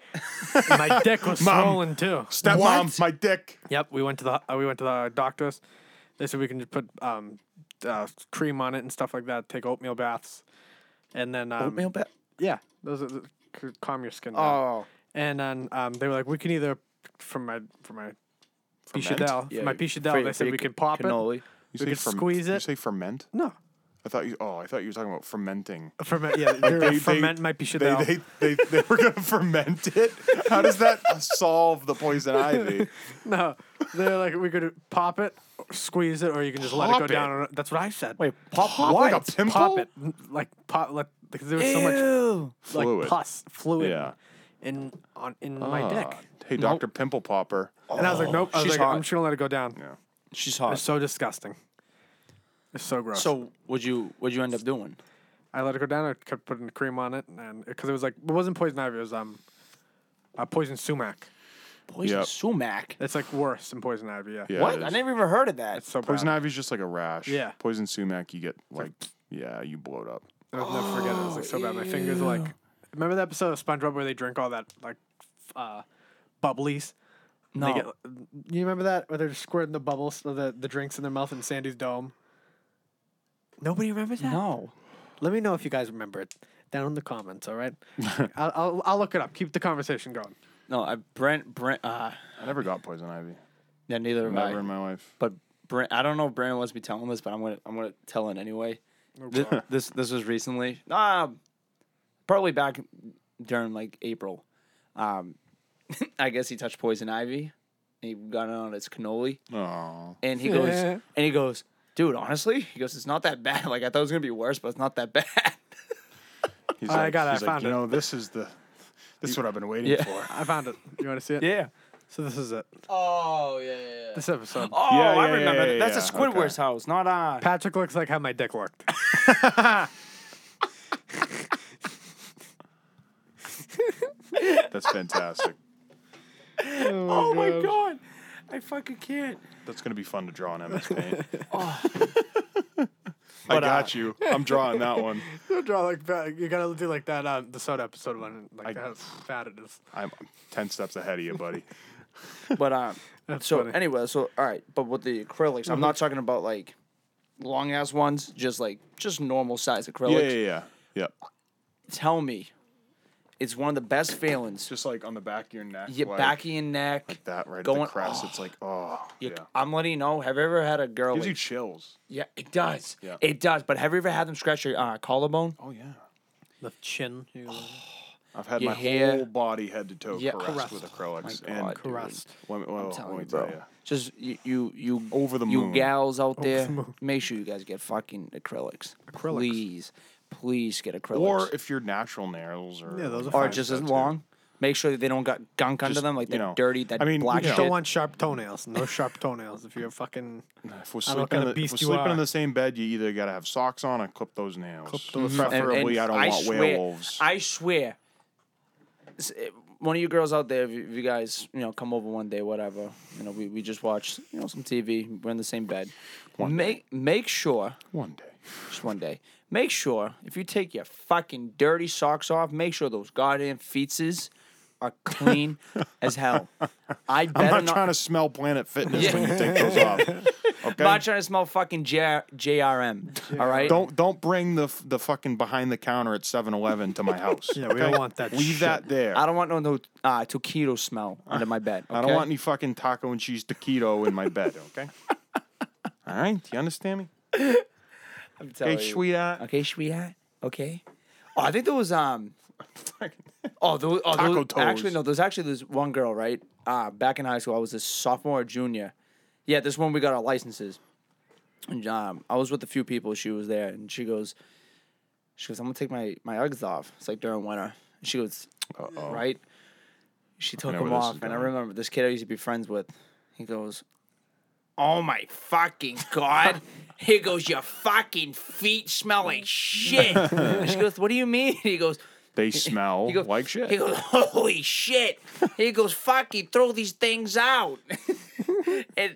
Speaker 1: And my dick was
Speaker 4: Mom.
Speaker 1: swollen too.
Speaker 4: Stepmom, my dick.
Speaker 1: Yep, we went to the uh, we went to the doctors. They said we can just put um, uh, cream on it and stuff like that. Take oatmeal baths, and then um,
Speaker 3: oatmeal bet.
Speaker 1: yeah, those are the, c- calm your skin. down.
Speaker 3: Oh,
Speaker 1: And then um, they were like, we can either from my from my
Speaker 3: ferment?
Speaker 1: Pichadel,
Speaker 3: Yeah,
Speaker 1: from my
Speaker 3: for
Speaker 1: Pichadel,
Speaker 3: your-
Speaker 1: they
Speaker 3: for
Speaker 1: said
Speaker 3: your
Speaker 1: we can pop it.
Speaker 3: cannoli.
Speaker 4: You
Speaker 1: We
Speaker 4: say
Speaker 1: could squeeze
Speaker 4: You
Speaker 1: it.
Speaker 4: say ferment?
Speaker 1: No,
Speaker 4: I thought you. Oh, I thought you were talking about fermenting.
Speaker 1: ferment. Yeah, they,
Speaker 4: they-
Speaker 1: ferment my piche
Speaker 4: They,
Speaker 1: d'or.
Speaker 4: they, they, they were gonna ferment it. How does that solve the poison ivy?
Speaker 1: No, they're like we could pop it, squeeze it, or you can just let it go
Speaker 4: Pop it?
Speaker 1: down. on- That's what I said.
Speaker 3: Wait, pop,
Speaker 4: Pop like a
Speaker 3: what?
Speaker 4: pimple.
Speaker 1: pop it, N- like pop, like because there was so
Speaker 3: Ew.
Speaker 1: much like
Speaker 4: Fluid.
Speaker 1: pus, fluid,
Speaker 4: Yeah. Ah.
Speaker 1: in on in my dick.
Speaker 4: Hey, Doctor Pimple Popper.
Speaker 1: And I was like, nope. I was
Speaker 3: she's
Speaker 1: like,
Speaker 3: hot.
Speaker 1: I'm just gonna let it go down.
Speaker 3: She's hot.
Speaker 1: It's so disgusting. It's so gross.
Speaker 3: So would you would you end up doing?
Speaker 1: I let it go down. I kept putting cream on it, and because it was like it wasn't poison ivy, it was um, uh, poison sumac.
Speaker 3: Poison
Speaker 4: Yep.
Speaker 3: sumac.
Speaker 1: It's like worse than poison ivy. Yeah.
Speaker 4: Yeah, it
Speaker 3: What?
Speaker 4: is.
Speaker 3: I never even heard of that.
Speaker 1: It's so
Speaker 4: Poison
Speaker 1: bad.
Speaker 4: ivy is just like a rash.
Speaker 1: Yeah.
Speaker 4: Poison sumac, you get like, yeah, you blow it up.
Speaker 1: I'll never forget it. It was like so bad. My fingers are like. Remember that episode of SpongeBob where they drink all that like f- uh, bubblies? And
Speaker 3: No.
Speaker 1: They get, you remember that where they're just squirting the bubbles, the the drinks in their mouth in Sandy's dome. Nobody remembers that.
Speaker 3: no.
Speaker 1: Let me know if you guys remember it down in the comments. All right. I'll, I'll I'll look it up. Keep the conversation going.
Speaker 3: No, I Brent Brent uh
Speaker 4: I never got poison ivy.
Speaker 3: yeah, neither of
Speaker 4: Never
Speaker 3: I.
Speaker 4: in my life.
Speaker 3: but Brent, I don't know if Brandon wants to be telling this, but I'm gonna I'm gonna tell it anyway. Th- this this was recently, um, probably back during like April. Um, I guess he touched poison ivy. and He got it on his cannoli,
Speaker 4: Oh,
Speaker 3: and he goes and he goes, dude. Honestly, he goes, it's not that bad. Like I thought it was gonna be worse, but it's not that bad.
Speaker 4: he's
Speaker 1: I got it, I
Speaker 4: he's
Speaker 1: found
Speaker 4: you
Speaker 1: it.
Speaker 4: know, this is the, this is what I've been waiting
Speaker 3: Yeah.
Speaker 4: for.
Speaker 1: I found it. You want to see it?
Speaker 3: yeah.
Speaker 1: So this is it.
Speaker 5: Oh yeah, yeah, yeah.
Speaker 1: This episode.
Speaker 3: Oh,
Speaker 4: Yeah,
Speaker 3: I
Speaker 4: yeah,
Speaker 3: remember.
Speaker 4: yeah,
Speaker 3: that. That's a
Speaker 4: yeah, okay.
Speaker 3: Squidward's house, not uh.
Speaker 1: Patrick looks like how my dick looked.
Speaker 4: That's fantastic.
Speaker 3: oh my god, I fucking can't.
Speaker 4: That's gonna be fun to draw on MS Paint.
Speaker 1: Oh.
Speaker 4: I
Speaker 3: But, uh,
Speaker 4: got you. I'm drawing that one.
Speaker 1: Don't draw like that. You gotta do like that. Um, the soda episode one, like
Speaker 4: I-
Speaker 1: how fat it is.
Speaker 4: I'm ten steps ahead of you, buddy.
Speaker 3: But uh, so
Speaker 1: funny.
Speaker 3: anyway, so all right, but with the acrylics, I'm
Speaker 4: Mm-hmm.
Speaker 3: not talking about like long ass ones, just like just normal size
Speaker 4: yeah,
Speaker 3: acrylics.
Speaker 4: yeah, yeah, yeah.
Speaker 3: Tell me, it's one of the best feelings.
Speaker 4: Just like on the back of your neck.
Speaker 3: Your
Speaker 4: like
Speaker 3: back of your neck,
Speaker 4: That right at
Speaker 3: going-
Speaker 4: the crest. It's like, oh, yeah.
Speaker 3: your- I'm letting you know. Have you ever had a girl?
Speaker 4: Gives you
Speaker 3: Like,
Speaker 4: chills.
Speaker 3: yeah, it does.
Speaker 4: Yeah.
Speaker 3: It does. But have you ever had them scratch your uh, collarbone?
Speaker 4: Oh yeah.
Speaker 1: The chin, you know,
Speaker 4: I've had
Speaker 3: Your
Speaker 4: my
Speaker 3: hair.
Speaker 4: whole body head to toe
Speaker 3: Yeah,
Speaker 4: caressed
Speaker 3: caressed.
Speaker 4: with acrylics
Speaker 3: My
Speaker 4: and
Speaker 3: God, dude.
Speaker 1: crust.
Speaker 4: Let me, well,
Speaker 3: I'm telling you,
Speaker 4: let me tell
Speaker 3: bro.
Speaker 4: you.
Speaker 3: Just you, you, you
Speaker 4: Over the
Speaker 3: you
Speaker 4: moon.
Speaker 3: gals out there.
Speaker 1: the moon.
Speaker 3: Make sure you guys get fucking acrylics.
Speaker 1: Acrylics.
Speaker 3: Please, please get acrylics.
Speaker 4: Or if your natural nails are Oh,
Speaker 1: Yeah, those are
Speaker 3: or
Speaker 1: fine
Speaker 3: just
Speaker 4: stuff,
Speaker 3: as
Speaker 4: too.
Speaker 3: long. Make sure that they don't got gunk under
Speaker 4: Just,
Speaker 3: them, like
Speaker 4: you
Speaker 3: they're
Speaker 4: know,
Speaker 3: dirty. That
Speaker 4: I mean,
Speaker 3: black
Speaker 4: you
Speaker 1: You
Speaker 3: shit.
Speaker 1: don't want sharp toenails. No sharp toenails. If you're fucking
Speaker 4: If we're
Speaker 1: I don't
Speaker 4: sleeping,
Speaker 1: know
Speaker 4: in
Speaker 1: what
Speaker 4: the,
Speaker 1: kind of
Speaker 4: if we're
Speaker 1: beast you
Speaker 4: sleeping
Speaker 1: are.
Speaker 4: in the same bed, you either gotta have socks on or clip those nails.
Speaker 1: Clip those nails.
Speaker 3: And-
Speaker 4: Preferably,
Speaker 3: and
Speaker 4: I don't want
Speaker 3: swear-
Speaker 4: werewolves.
Speaker 3: I swear, s- eh, one of you girls out there, if you, if you guys, you know, come over one day, whatever, you know, we, we just watch, you know, some TV. We're in the same bed. make make sure
Speaker 4: One day.
Speaker 3: just one day. Make sure if you take your fucking dirty socks off, make sure those goddamn feetses are clean as hell. I better
Speaker 4: I'm not, trying to smell Planet Fitness when you take those off. Okay.
Speaker 3: I'm not trying to smell fucking J- JRM. All right.
Speaker 4: don't don't bring the f- the fucking behind the counter at 7-Eleven to my house.
Speaker 1: yeah, we don't want that.
Speaker 4: Leave
Speaker 1: shit.
Speaker 4: that there.
Speaker 3: I don't want no no uh, taquito smell under my bed.
Speaker 4: I don't
Speaker 3: okay?
Speaker 4: want any fucking taco and cheese taquito in my bed, okay? All right, do you understand me?
Speaker 3: I'm telling you.
Speaker 4: sweetheart.
Speaker 3: Okay, sweetheart. Okay. Oh, I think there was um. Oh, there was, oh, there
Speaker 4: Taco
Speaker 3: was- actually
Speaker 4: toes.
Speaker 3: no. There's actually this one girl right. Uh, back in high school, I was a sophomore or junior. Yeah, this one we got our licenses. And um, I was with a few people. She was there, and she goes, she goes, I'm gonna take my my Uggs off. It's like during winter. And she goes, right. She took
Speaker 4: know
Speaker 3: them
Speaker 4: where this
Speaker 3: off,
Speaker 4: is
Speaker 3: and I
Speaker 4: going.
Speaker 3: remember this kid I used to be friends with. He goes, Oh my fucking god. Here goes your fucking feet smell like shit. And she goes, What do you mean? He goes,
Speaker 4: They smell
Speaker 3: he goes
Speaker 4: like shit.
Speaker 3: He goes, Holy shit. He goes, Fucking throw these things out. and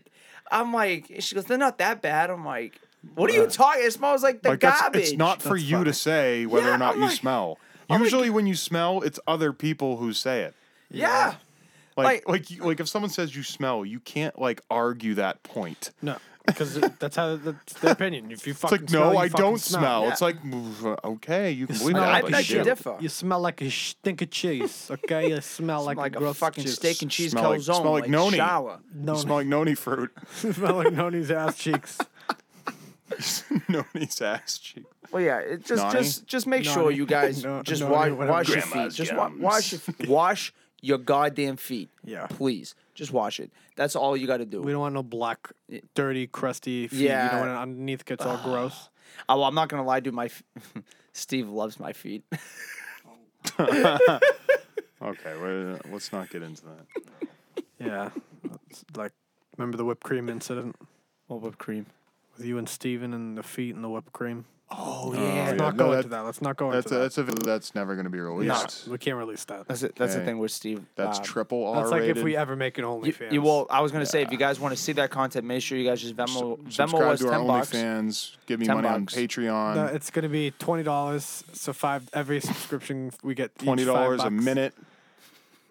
Speaker 3: I'm like, She goes, They're not that bad. I'm like, What are you talking? It smells like the
Speaker 4: Uh, like that's,
Speaker 3: garbage.
Speaker 4: it's not for you to say whether
Speaker 3: Yeah,
Speaker 4: or not
Speaker 3: I'm
Speaker 4: you
Speaker 3: like-
Speaker 4: smell. Usually, when you smell, it's other people who say it.
Speaker 3: Yeah.
Speaker 4: Like,
Speaker 3: Like-
Speaker 4: like, you- like if someone says you smell, you can't like argue that point.
Speaker 1: No, because that's how that's their opinion. If you
Speaker 4: It's
Speaker 1: fucking
Speaker 4: like
Speaker 1: smell,
Speaker 4: no,
Speaker 1: you
Speaker 4: I
Speaker 1: fucking
Speaker 4: don't smell.
Speaker 3: Yeah.
Speaker 4: It's like mm, okay, you can believe
Speaker 1: smell
Speaker 4: that.
Speaker 1: like
Speaker 3: I
Speaker 4: but
Speaker 3: beg
Speaker 4: you
Speaker 3: to
Speaker 4: do.
Speaker 3: differ.
Speaker 1: You smell like a stink of cheese. Okay, you smell like
Speaker 3: like
Speaker 1: a,
Speaker 3: a
Speaker 1: gross
Speaker 3: fucking
Speaker 1: cheese.
Speaker 3: steak and cheese
Speaker 4: Smell like-
Speaker 3: calzone,
Speaker 4: smell like
Speaker 3: like,
Speaker 4: noni.
Speaker 3: shower.
Speaker 4: You
Speaker 1: No,
Speaker 4: smell like noni fruit,
Speaker 1: smell like Noni's ass cheeks.
Speaker 4: noni's ass cheek.
Speaker 3: Well, yeah, it just
Speaker 4: Nani?
Speaker 3: just just make sure you guys
Speaker 1: No-
Speaker 3: just
Speaker 1: Nani,
Speaker 3: wa-
Speaker 1: whatever.
Speaker 3: wash your feet.
Speaker 4: Grandma's
Speaker 3: Just wa-
Speaker 4: gums.
Speaker 3: wash your f- wash your goddamn feet.
Speaker 1: Yeah.
Speaker 3: please, just wash it. That's all you got to do.
Speaker 1: We don't want no black, dirty, crusty feet. You
Speaker 3: Yeah.
Speaker 1: don't want it underneath gets all gross.
Speaker 3: Oh, well, I'm not gonna lie, dude. My f- Steve loves my feet.
Speaker 4: Okay, well, let's not get into that.
Speaker 1: Yeah, It's like remember the whipped cream incident
Speaker 3: What whipped cream?
Speaker 1: with you and Steven and the feet and the whipped cream.
Speaker 3: Oh yeah,
Speaker 1: Let's not
Speaker 4: no,
Speaker 1: go
Speaker 4: that-
Speaker 1: into that. Let's not go
Speaker 4: That's
Speaker 1: into
Speaker 4: a,
Speaker 1: that.
Speaker 4: that's a that's never going to be released.
Speaker 1: No, we can't release that. That's,
Speaker 3: that's it. That's the
Speaker 4: Okay.
Speaker 3: thing with Steve.
Speaker 4: That's
Speaker 3: um,
Speaker 4: triple R
Speaker 1: like
Speaker 4: rated.
Speaker 1: if we ever make an
Speaker 3: You,
Speaker 1: OnlyFans.
Speaker 3: you will. I was gonna say, if you guys want to see that content, make sure you guys just Venmo Venmo
Speaker 4: Subscribe
Speaker 3: us
Speaker 4: to our
Speaker 3: ten bucks.
Speaker 4: OnlyFans. Give me
Speaker 3: 10
Speaker 4: money on
Speaker 3: bucks.
Speaker 4: Patreon.
Speaker 1: No, it's gonna be twenty dollars. So five every subscription we get each
Speaker 4: Twenty dollars a
Speaker 1: five bucks.
Speaker 4: minute,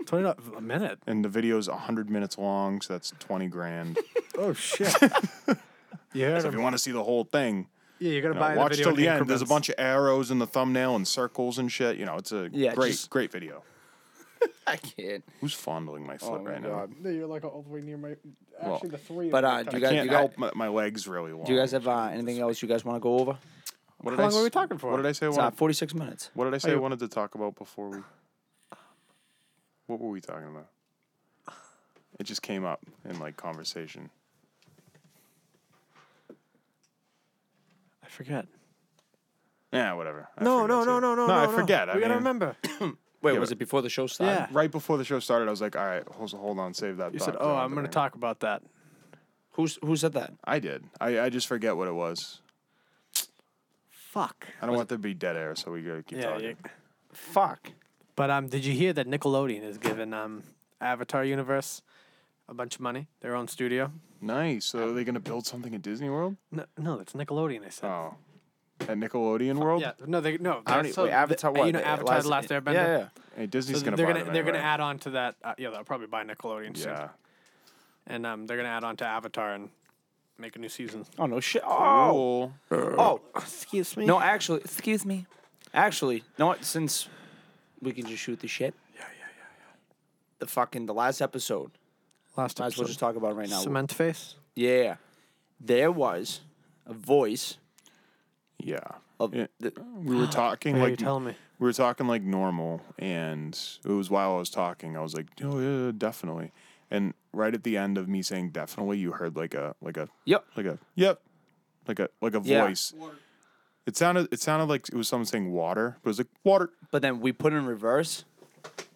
Speaker 1: Twenty dollars a minute.
Speaker 4: and the video's hundred minutes long, so that's twenty grand.
Speaker 1: Oh shit. you heard
Speaker 4: so if
Speaker 1: him.
Speaker 4: you want to see the whole thing,
Speaker 1: Yeah, you gotta
Speaker 4: you know,
Speaker 1: buy the
Speaker 4: watch
Speaker 1: video.
Speaker 4: till
Speaker 1: in
Speaker 4: the end. There's a
Speaker 1: increments.
Speaker 4: bunch of arrows in the thumbnail and circles and shit. You know, it's a
Speaker 3: Yeah,
Speaker 4: great,
Speaker 3: just-
Speaker 4: great video.
Speaker 3: I can't.
Speaker 4: Who's fondling my
Speaker 3: Oh
Speaker 4: foot
Speaker 3: my
Speaker 4: right
Speaker 3: God.
Speaker 1: No, you're like all the way near my. Actually,
Speaker 4: Well,
Speaker 1: the three.
Speaker 3: But
Speaker 1: of
Speaker 3: uh,
Speaker 1: my
Speaker 3: do you guys
Speaker 4: now?
Speaker 3: do you
Speaker 4: Can't
Speaker 3: guys,
Speaker 4: help my, my legs really long.
Speaker 3: do you guys have uh, anything else you guys want to go over?
Speaker 1: How
Speaker 4: What did I
Speaker 1: long were
Speaker 4: s-
Speaker 1: we talking for?
Speaker 4: What did I say? I
Speaker 3: It's uh,
Speaker 4: wanted,
Speaker 3: forty six minutes.
Speaker 4: what did I say? I
Speaker 1: you-
Speaker 4: wanted to talk about before we. What were we talking about? It just came up in like conversation.
Speaker 1: I forget.
Speaker 4: Yeah, whatever. I
Speaker 1: No,
Speaker 4: forget
Speaker 1: no,
Speaker 4: too.
Speaker 1: no, no, no,
Speaker 4: no.
Speaker 1: no.
Speaker 4: I forget.
Speaker 1: We
Speaker 4: I
Speaker 1: gotta
Speaker 4: mean-
Speaker 1: remember.
Speaker 3: Wait,
Speaker 4: Yeah,
Speaker 3: was
Speaker 4: but-
Speaker 3: it before the show started?
Speaker 1: Yeah.
Speaker 4: right before the show started, I was like, all right, hold, hold on, save that.
Speaker 1: You
Speaker 4: thought
Speaker 1: said,
Speaker 4: for
Speaker 1: "Oh,
Speaker 4: another
Speaker 1: I'm gonna
Speaker 4: thing."
Speaker 1: talk about that."
Speaker 3: Who's who said that?
Speaker 4: I did. I, I just forget what it was.
Speaker 1: Fuck.
Speaker 4: I don't want there to be dead air, so we gotta keep
Speaker 1: Yeah.
Speaker 4: talking.
Speaker 1: you-
Speaker 3: Fuck.
Speaker 1: But um, did you hear that Nickelodeon is giving um Avatar Universe a bunch of money, their own studio?
Speaker 4: Nice. So are they gonna build something at Disney World?
Speaker 1: No, no, it's Nickelodeon. I said.
Speaker 4: Oh, at Nickelodeon World?
Speaker 1: Yeah, no, they no.
Speaker 3: I don't
Speaker 1: they're
Speaker 3: e-
Speaker 1: so-
Speaker 3: wait, Avatar.
Speaker 1: the-
Speaker 3: What?
Speaker 1: You know,
Speaker 3: the
Speaker 1: Avatar: The Last Airbender.
Speaker 3: Yeah, yeah.
Speaker 4: Hey, Disney's
Speaker 1: So
Speaker 4: gonna.
Speaker 1: they're
Speaker 4: buy
Speaker 1: gonna
Speaker 4: them
Speaker 1: they're gonna
Speaker 4: anyway.
Speaker 1: add on to that. Uh, yeah, they'll probably buy Nickelodeon soon.
Speaker 4: Yeah.
Speaker 1: and um, they're gonna add on to Avatar and make a new season.
Speaker 3: Oh no shit. Oh.
Speaker 4: Cool. Uh,
Speaker 3: Oh.
Speaker 1: Excuse me.
Speaker 3: No, actually, excuse me. Actually, you know what? Since we can just shoot the shit. Yeah, yeah, yeah, yeah. The fucking the last episode.
Speaker 1: last
Speaker 3: Might as well
Speaker 1: episode.
Speaker 3: just talk about it right now.
Speaker 1: Cement face.
Speaker 3: Yeah. There was a voice
Speaker 4: Yeah.
Speaker 3: of
Speaker 4: Yeah.
Speaker 3: the,
Speaker 4: We were talking
Speaker 1: Yeah,
Speaker 4: like
Speaker 1: you tell me.
Speaker 4: we were talking like normal, and it was while I was talking, I was like, oh yeah, definitely. And right at the end of me saying definitely, you heard like a like a
Speaker 3: Yep.
Speaker 4: like a yep, like a like a
Speaker 3: Yeah.
Speaker 4: voice. It sounded it sounded like it was someone saying water, but it was like water,
Speaker 3: But then we put it in reverse.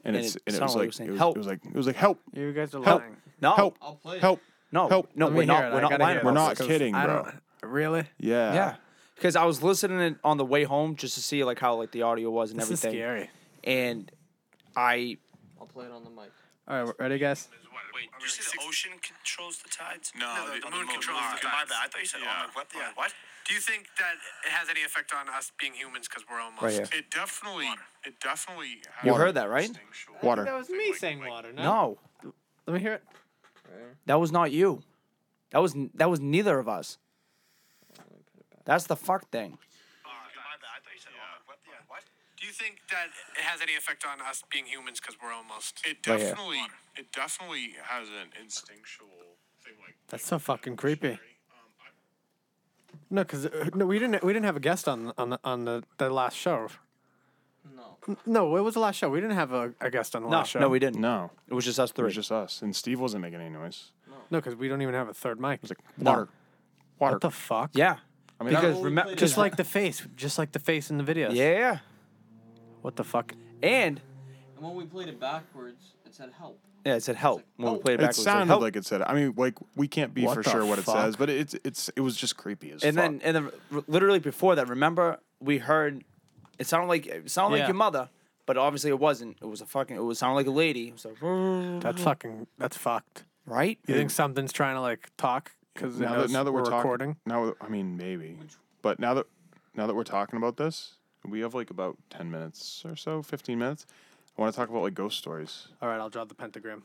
Speaker 4: and,
Speaker 3: And
Speaker 4: it's
Speaker 3: it
Speaker 4: and it
Speaker 3: sounded like
Speaker 4: was
Speaker 3: it
Speaker 4: like
Speaker 3: was saying,
Speaker 4: it was,
Speaker 3: "Help."
Speaker 4: it was like it was like help,
Speaker 1: You guys are
Speaker 4: Help.
Speaker 1: lying.
Speaker 3: No.
Speaker 4: help,
Speaker 5: I'll play it.
Speaker 4: help.
Speaker 3: No.
Speaker 4: Help.
Speaker 3: No,
Speaker 1: Let me
Speaker 3: we're
Speaker 1: hear
Speaker 3: not
Speaker 1: it.
Speaker 3: we're
Speaker 1: I
Speaker 3: not
Speaker 1: gotta
Speaker 3: lying
Speaker 1: hear
Speaker 4: We're
Speaker 1: it.
Speaker 3: about
Speaker 4: not
Speaker 3: this.
Speaker 1: Because
Speaker 4: kidding,
Speaker 1: I
Speaker 4: bro.
Speaker 1: don't- Really?
Speaker 4: Yeah.
Speaker 3: Yeah. Because I was listening on the way home just to see like how like the audio was and
Speaker 1: This is
Speaker 3: everything.
Speaker 1: scary.
Speaker 3: And I
Speaker 5: I'll play it on the mic.
Speaker 1: All right, we're- ready, guys?
Speaker 7: Wait, did you say the ocean controls the tides?
Speaker 8: No, the, moon controls
Speaker 7: Alright,
Speaker 8: the
Speaker 7: My
Speaker 8: tides.
Speaker 7: bad. I thought you said
Speaker 8: yeah.
Speaker 7: on the wet
Speaker 8: Yeah.
Speaker 7: planet. What?
Speaker 8: Do you think that it has any effect on us being humans because we're on
Speaker 3: Right
Speaker 8: Mars?
Speaker 3: here.
Speaker 9: It definitely, it definitely. Has
Speaker 3: You heard that, right?
Speaker 4: Water.
Speaker 1: was me saying water.
Speaker 3: No,
Speaker 1: Let me hear it.
Speaker 3: that was not you. That was n- that was neither of us. That's the fuck thing.
Speaker 8: My bad. I thought you said on the wet planet. What? Do you think that it has any effect on us being humans because we're almost?
Speaker 9: It
Speaker 3: Right here.
Speaker 9: definitely, it definitely has an instinctual thing like.
Speaker 1: That's so fucking creepy.
Speaker 9: Um, I-
Speaker 1: No, because no, we didn't. We didn't have a guest on on the, on the, the last show. No. No, it was the last show. We didn't have a, a guest on the
Speaker 3: No,
Speaker 1: last show.
Speaker 3: no, we didn't.
Speaker 4: No,
Speaker 3: It was just us
Speaker 4: it
Speaker 3: three.
Speaker 4: was just us, and Steve wasn't making any noise.
Speaker 1: No, because we don't even have a third mic.
Speaker 4: It was like water, water.
Speaker 1: what the fuck?
Speaker 3: yeah.
Speaker 4: I mean,
Speaker 3: because
Speaker 4: that-
Speaker 3: remember,
Speaker 1: Just like the face, just like the face in the videos.
Speaker 3: yeah.
Speaker 1: What the fuck?
Speaker 3: And
Speaker 5: And when we played it backwards, it said help.
Speaker 3: yeah, it said help when we played it
Speaker 4: oh, it
Speaker 3: backwards. it said
Speaker 4: sounded
Speaker 3: help.
Speaker 4: like it said. it. I mean, like we can't be
Speaker 1: What
Speaker 4: for
Speaker 1: the
Speaker 4: sure what it
Speaker 1: fuck?
Speaker 4: says, but it's it's it was just creepy as
Speaker 3: and
Speaker 4: fuck.
Speaker 3: then and then r- literally before that, remember we heard it sounded like it sounded
Speaker 1: Yeah.
Speaker 3: like your mother, but obviously it wasn't. It was a fucking. It was sounded like a lady. It was like,
Speaker 1: That's fucking. That's fucked.
Speaker 3: right?
Speaker 1: You think something's trying to like talk? Because
Speaker 4: now that now that we're,
Speaker 1: we're,
Speaker 4: talking,
Speaker 1: recording.
Speaker 4: now that- I mean maybe, but now that now that we're talking about this, we have like about ten minutes or so, fifteen minutes. I want to talk about like ghost stories.
Speaker 1: All right, I'll draw the pentagram.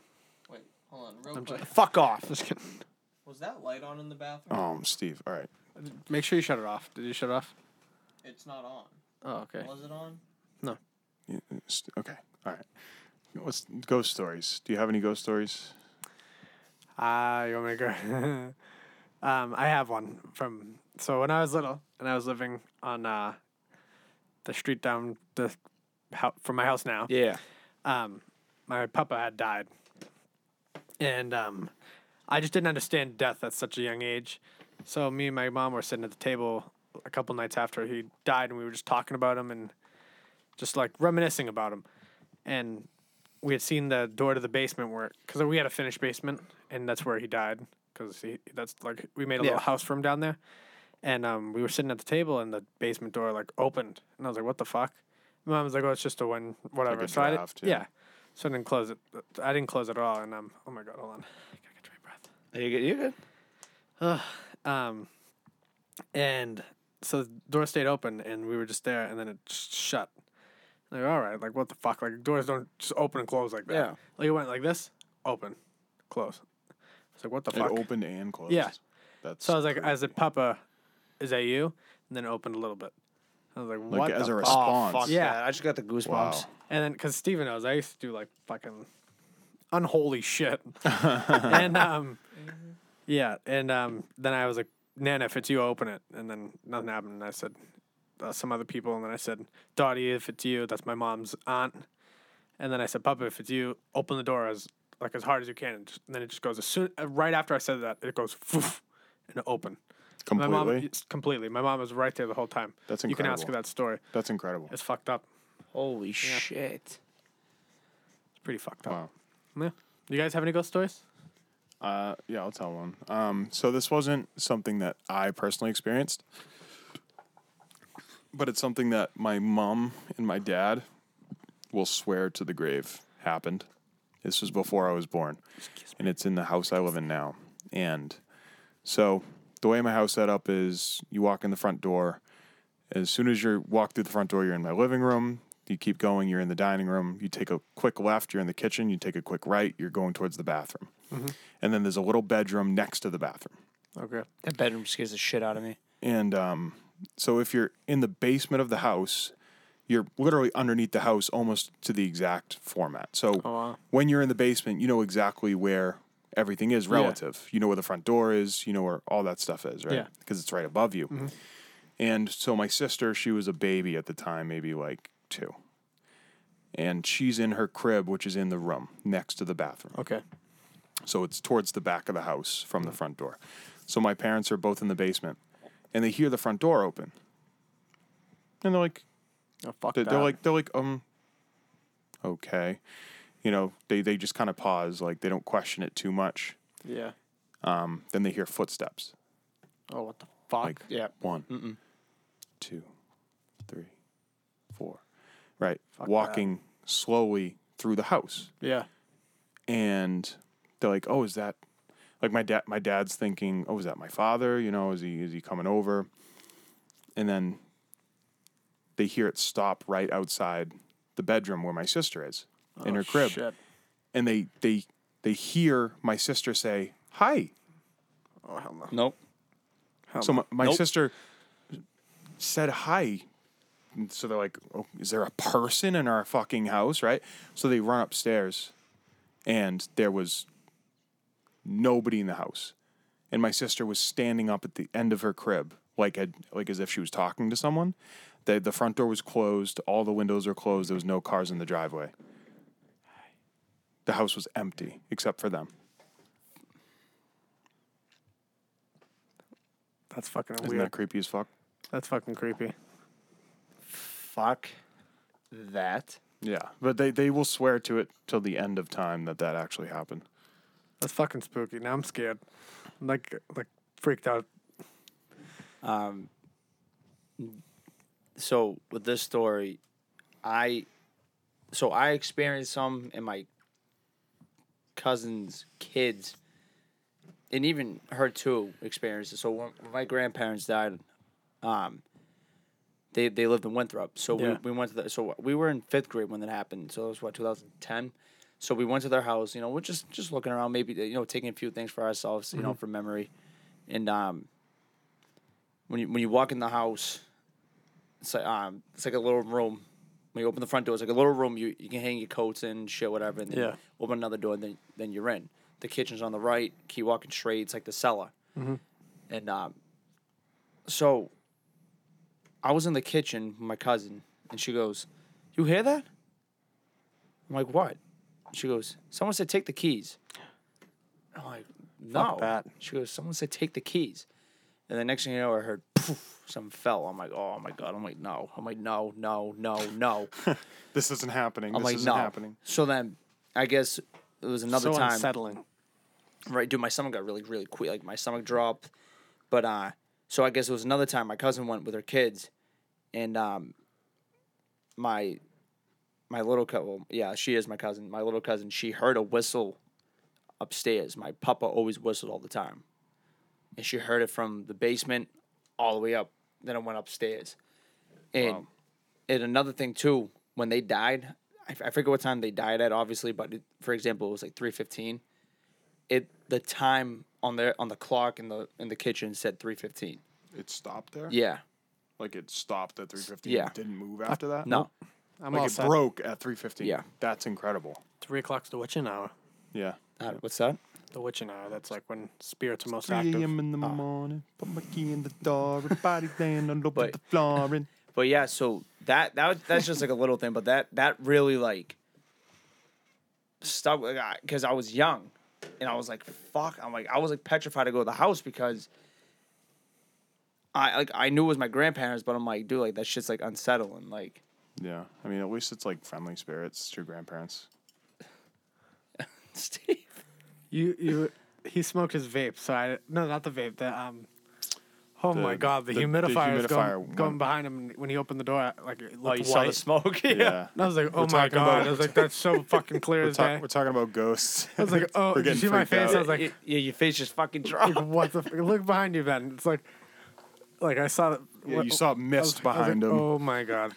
Speaker 5: Wait, hold on, real quick.
Speaker 3: Fuck off.
Speaker 5: Was that light on in the bathroom?
Speaker 4: Um, Steve. All right,
Speaker 1: Make sure you shut it off. Did you shut it off?
Speaker 5: It's not on.
Speaker 1: Oh, okay.
Speaker 5: Was it on?
Speaker 4: S- okay, all right. What's ghost stories? Do you have any ghost stories?
Speaker 1: Ah, you want me to go? um, I have one from so when I was little and I was living on uh, the street down the house from my house now.
Speaker 3: Yeah.
Speaker 1: Um, my papa had died, and um, I just didn't understand death at such a young age. So me and my mom were sitting at the table a couple nights after he died, and we were just talking about him and just like reminiscing about him. And we had seen the door to the basement where, because we had a finished basement, and that's where he died. Because that's like we made a little
Speaker 3: Yeah.
Speaker 1: house for him down there, and um, we were sitting at the table, and the basement door like opened, and I was like, "What the fuck?" My mom was like, "Oh, it's just a one, whatever."
Speaker 4: a
Speaker 1: so I did-
Speaker 4: draft,
Speaker 1: yeah.
Speaker 4: yeah.
Speaker 1: So I didn't close it. I didn't close it at all, and um, oh my god, hold on, I gotta catch my breath
Speaker 3: You good? You good?
Speaker 1: um, and so the door stayed open, and we were just there, and then it just shut. Like, all right, like what the fuck? Like doors don't just open and close like that.
Speaker 3: Yeah.
Speaker 1: Like it went like this, open, close. It's like what the fuck?
Speaker 4: It opened and closed.
Speaker 1: Yeah.
Speaker 4: That's
Speaker 1: So I was like, as a Papa, is that you? And then it opened a little bit. I was like, what?
Speaker 4: like as
Speaker 1: the Oh,
Speaker 4: a
Speaker 1: fuck?
Speaker 4: response.
Speaker 3: Fuck
Speaker 1: Yeah.
Speaker 3: yeah. I just got the goosebumps.
Speaker 4: Wow.
Speaker 1: And then, because Steven knows, I used to do like fucking unholy shit. and, um, yeah. And, um, then I was like, Nana, if it's you, open it. And then nothing happened. And I said, uh, some other people. And then I said, Dottie, if it's you, that's my mom's aunt. And then I said, Papa, if it's you, open the door as, like, as hard as you can. And, just, and then it just goes, as soon, uh, right after I said that, it goes, "Foof," and open.
Speaker 4: Completely.
Speaker 1: My mom, yes, completely. My mom was right there the whole time.
Speaker 4: That's
Speaker 1: You can ask her
Speaker 4: incredible.
Speaker 1: that story.
Speaker 4: That's incredible.
Speaker 1: It's fucked up.
Speaker 3: Holy shit.
Speaker 1: It's pretty fucked up.
Speaker 4: Wow.
Speaker 1: Yeah. You guys have any ghost stories?
Speaker 4: Uh, yeah, I'll tell one. Um, so this wasn't something that I personally experienced, but it's something that my mom and my dad will swear to the grave happened. This was before I was born, and it's in the house I live in now. And so the way my house set up is you walk in the front door. As soon as you walk through the front door, you're in my living room. You keep going, you're in the dining room. You take a quick left, you're in the kitchen. You take a quick right, you're going towards the bathroom and then there's a little bedroom next to the bathroom.
Speaker 1: Okay.
Speaker 3: That bedroom scares the shit out of me.
Speaker 4: And um, so if you're in the basement of the house, you're literally underneath the house almost to the exact format. So
Speaker 3: Oh,
Speaker 4: when you're in the basement, you know exactly where everything is relative. You know where the front door is, you know where all that stuff is, right?
Speaker 1: Yeah.
Speaker 4: Because it's right above you.
Speaker 3: Mm-hmm.
Speaker 4: And so my sister, she was a baby at the time, maybe like two. And she's in her crib, which is in the room next to the bathroom.
Speaker 1: Okay.
Speaker 4: So it's towards the back of the house from the front door. So my parents are both in the basement and they hear the front door open. And they're like,
Speaker 1: Oh, fuck
Speaker 4: they're,
Speaker 1: that.
Speaker 4: they're like, they're like, um, okay. You know, they, they just kind of pause, like they don't question it too much.
Speaker 1: yeah.
Speaker 4: Um, then they hear footsteps
Speaker 1: Oh, what the fuck?
Speaker 4: like
Speaker 3: Yeah.
Speaker 4: one, two, three, four. Right. Walking slowly through the house.
Speaker 1: yeah.
Speaker 4: and they're like, "Oh, is that like my dad? My dad's thinking, oh, is that my father? You know, is he is he coming over?" And then they hear it stop right outside the bedroom where my sister is in her crib,
Speaker 1: Shit.
Speaker 4: and they they they hear my sister say, "Hi."
Speaker 3: Nope.
Speaker 4: So my, my
Speaker 3: Nope.
Speaker 4: sister said hi. And so they're like, oh, is there a person in our fucking house? Right. So they run upstairs and there was nobody in the house. And my sister was standing up at the end of her crib like had, like as if she was talking to someone. The the front door was closed, all the windows were closed. There was no cars in the driveway. The house was empty except for them.
Speaker 1: That's fucking
Speaker 4: Isn't
Speaker 1: weird.
Speaker 4: that creepy as fuck?
Speaker 1: That's fucking creepy.
Speaker 3: Fuck that.
Speaker 4: Yeah, but they, they will swear to it till the end of time that that actually happened.
Speaker 1: That's fucking spooky. Now I'm scared. I'm like like freaked out.
Speaker 3: Um, so with this story, I so I experienced some in my cousins' kids, and even her too experienced it. So when when my grandparents died, um, they they lived in Winthrop. So
Speaker 6: Yeah.
Speaker 3: we, we went to the so we were in fifth grade when that happened. So it was what 2010. So we went to their house. You know, we're just just looking around, maybe you know, taking a few things for ourselves. You know, from memory, and um, when you when you walk in the house, it's like um, it's like a little room. When you open the front door, it's like a little room. You you can hang your coats in, shit, whatever, and then
Speaker 6: Yeah.
Speaker 3: open another door, and then then you're in. The kitchen's on the right. Keep walking straight. It's like the cellar, and um, so I was in the kitchen with my cousin, and she goes, "You hear that?" I'm like, "What?" She goes, "Someone said take the keys." I'm like, "No."
Speaker 1: that.
Speaker 3: She goes, "Someone said take the keys," and the next thing you know, I heard poof, something fell. I'm like, "Oh my god!" I'm like, "No!" I'm like, "No, no, no, no!"
Speaker 4: This isn't happening.
Speaker 3: I'm
Speaker 4: this
Speaker 3: like,
Speaker 4: isn't
Speaker 3: "No."
Speaker 4: happening.
Speaker 3: So then, I guess it was another
Speaker 1: so
Speaker 3: time.
Speaker 1: unsettling.
Speaker 3: Right, dude, my stomach got really, really quick. Like my stomach dropped. But uh so I guess it was another time my cousin went with her kids and um my my little cousin well, yeah, she is my cousin. My little cousin, she heard a whistle upstairs. My papa always whistled all the time. And she heard it from the basement all the way up. Then it went upstairs. And and another thing too, when they died, I, f- I forget what time they died at, obviously, but it, for example, it was like three fifteen it the time on their on the clock in the in the kitchen said 3:15.
Speaker 4: It stopped there.
Speaker 3: Yeah.
Speaker 4: Like it stopped at 3:15.
Speaker 3: Yeah.
Speaker 4: It didn't move after that.
Speaker 3: No.
Speaker 1: I'm
Speaker 4: Like
Speaker 1: all
Speaker 4: it
Speaker 1: set.
Speaker 4: broke at 3:15.
Speaker 3: Yeah.
Speaker 4: That's incredible.
Speaker 1: Three o'clock's the witching hour.
Speaker 4: Yeah.
Speaker 3: Uh, what's that?
Speaker 1: The witching hour. That's like when spirits are most
Speaker 4: 3
Speaker 1: active.
Speaker 4: a.m. in the morning. Put my key in the door. and Body laying on
Speaker 3: But-
Speaker 4: the floor. And
Speaker 3: But yeah, so that that was, that's just like a little thing, but that that really like stuck with because I was young, and I was like, "Fuck!" I'm like, I was like petrified to go to the house because I like I knew it was my grandparents, but I'm like, dude, like that shit's like unsettling. Like,
Speaker 4: yeah. I mean, at least it's like friendly spirits. It's your grandparents.
Speaker 3: Steve,
Speaker 1: You you he smoked his vape, so I no not the vape, the um Oh
Speaker 4: The-
Speaker 1: my god, the,
Speaker 4: the- the
Speaker 1: humidifier was
Speaker 4: humidifier
Speaker 1: going,
Speaker 4: one.
Speaker 1: going behind him and when he opened the door I- like it looked
Speaker 3: oh, you saw the
Speaker 1: white.
Speaker 3: smoke? yeah.
Speaker 4: Yeah.
Speaker 1: And I was like, Oh my
Speaker 4: talking about-
Speaker 1: god. I was like, that's so fucking clear
Speaker 4: We're,
Speaker 1: as
Speaker 4: talk-
Speaker 1: day.
Speaker 4: we're talking about ghosts.
Speaker 1: I was like, oh,
Speaker 4: We're
Speaker 1: did you
Speaker 4: getting
Speaker 1: see my
Speaker 4: freaked
Speaker 1: face?
Speaker 4: out.
Speaker 1: I was like,
Speaker 3: yeah, yeah, your face just fucking dropped.
Speaker 1: like, what the f- look behind you, Ben. It's like, like I saw that.
Speaker 4: Yeah,
Speaker 1: what-
Speaker 4: you saw
Speaker 1: I was-
Speaker 4: mist
Speaker 1: I was like,
Speaker 4: behind him.
Speaker 1: Oh my god!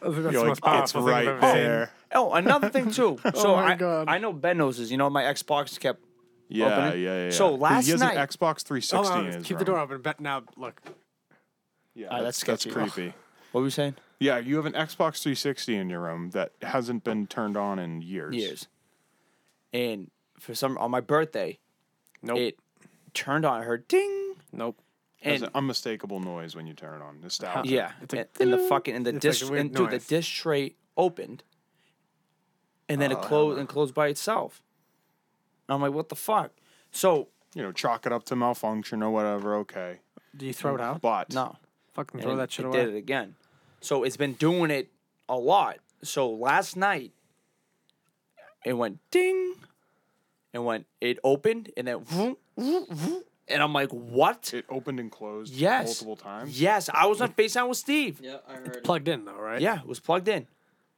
Speaker 1: I was like, that's
Speaker 4: You're
Speaker 1: the
Speaker 4: like,
Speaker 1: most powerful
Speaker 4: it's
Speaker 1: thing I've
Speaker 4: right
Speaker 1: ever seen."
Speaker 4: there.
Speaker 3: Oh, another thing too. So
Speaker 1: my
Speaker 3: I,
Speaker 1: God.
Speaker 3: I know Ben knows this. You know, my Xbox kept.
Speaker 4: Yeah,
Speaker 3: opening.
Speaker 4: yeah, yeah.
Speaker 3: So
Speaker 4: yeah.
Speaker 3: last
Speaker 4: he has
Speaker 3: night- Oh,
Speaker 4: an Xbox 360
Speaker 1: Hold on,
Speaker 4: in his
Speaker 1: keep the
Speaker 4: room.
Speaker 1: door open. Bet now, look,
Speaker 4: Yeah,
Speaker 3: Ah,
Speaker 4: that's,
Speaker 3: that's
Speaker 4: that's
Speaker 3: sketchy.
Speaker 4: creepy.
Speaker 3: What were you saying?
Speaker 4: Yeah, you have an Xbox 360 in your room that hasn't been turned on in years.
Speaker 3: Years. And for some, on my birthday,
Speaker 1: nope,
Speaker 3: it turned on her ding,
Speaker 1: nope.
Speaker 4: There's
Speaker 3: and
Speaker 4: an unmistakable noise when you turn it on. Nostalgia.
Speaker 3: yeah,
Speaker 1: It's like,
Speaker 3: and, and the fucking and the
Speaker 1: It's like a
Speaker 3: dish
Speaker 1: weird
Speaker 3: and dude, the
Speaker 1: noise.
Speaker 3: dish tray opened, and
Speaker 1: Oh,
Speaker 3: then it closed and closed by itself. And I'm like, what the fuck? So
Speaker 4: You know, chalk it up to malfunction or whatever. Okay,
Speaker 1: Do you throw it out?
Speaker 4: but
Speaker 3: no,
Speaker 1: Fucking
Speaker 3: and
Speaker 1: throw
Speaker 3: it-
Speaker 1: that shit
Speaker 3: it
Speaker 1: away.
Speaker 3: did it again. So it's been doing it a lot. So last night, it went ding, and went it opened, and then vroom, vroom, vroom. and I'm like, what?
Speaker 4: it opened and closed
Speaker 3: yes,
Speaker 4: multiple times.
Speaker 3: Yes, I was on FaceTime with Steve. Yeah,
Speaker 5: Yeah, I heard. it.
Speaker 1: Plugged in though, right?
Speaker 3: it was plugged in.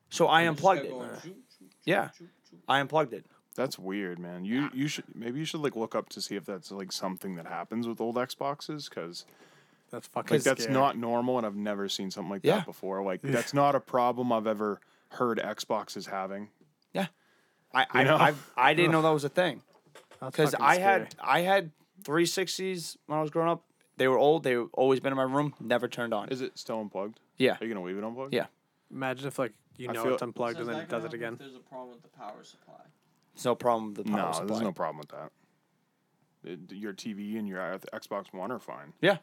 Speaker 3: So I
Speaker 5: Just kept
Speaker 3: unplugged it.
Speaker 5: going, choo, choo,
Speaker 3: Yeah,
Speaker 5: choo, choo.
Speaker 3: I unplugged it.
Speaker 4: That's weird, man. You you should maybe you should like look up to see if that's like something that happens with old Xboxes because
Speaker 1: That's fucking.
Speaker 4: like that's
Speaker 1: scary.
Speaker 4: not normal, and I've never seen something like
Speaker 3: Yeah.
Speaker 4: that before. Like that's not a problem I've ever heard Xboxes having.
Speaker 3: I I,
Speaker 4: You know?
Speaker 3: I I didn't know that was a thing
Speaker 1: That's
Speaker 3: because
Speaker 1: fucking
Speaker 3: I
Speaker 1: scary.
Speaker 3: had I had 360s when I was growing up. They were old. They always been in my room, never turned on.
Speaker 4: Is it still unplugged?
Speaker 3: Yeah.
Speaker 4: Are you gonna leave it unplugged?
Speaker 3: Yeah,
Speaker 1: Imagine if like you
Speaker 4: I
Speaker 1: know
Speaker 4: feel-
Speaker 1: it's unplugged and
Speaker 5: Says
Speaker 1: then
Speaker 5: that
Speaker 1: it
Speaker 5: can
Speaker 1: does it
Speaker 5: happen
Speaker 1: again.
Speaker 5: If there's a problem with the power supply.
Speaker 3: it's no problem with the power
Speaker 4: No,
Speaker 3: supply.
Speaker 4: there's no problem with that. It- your TV and your Xbox One are fine.
Speaker 3: Yeah.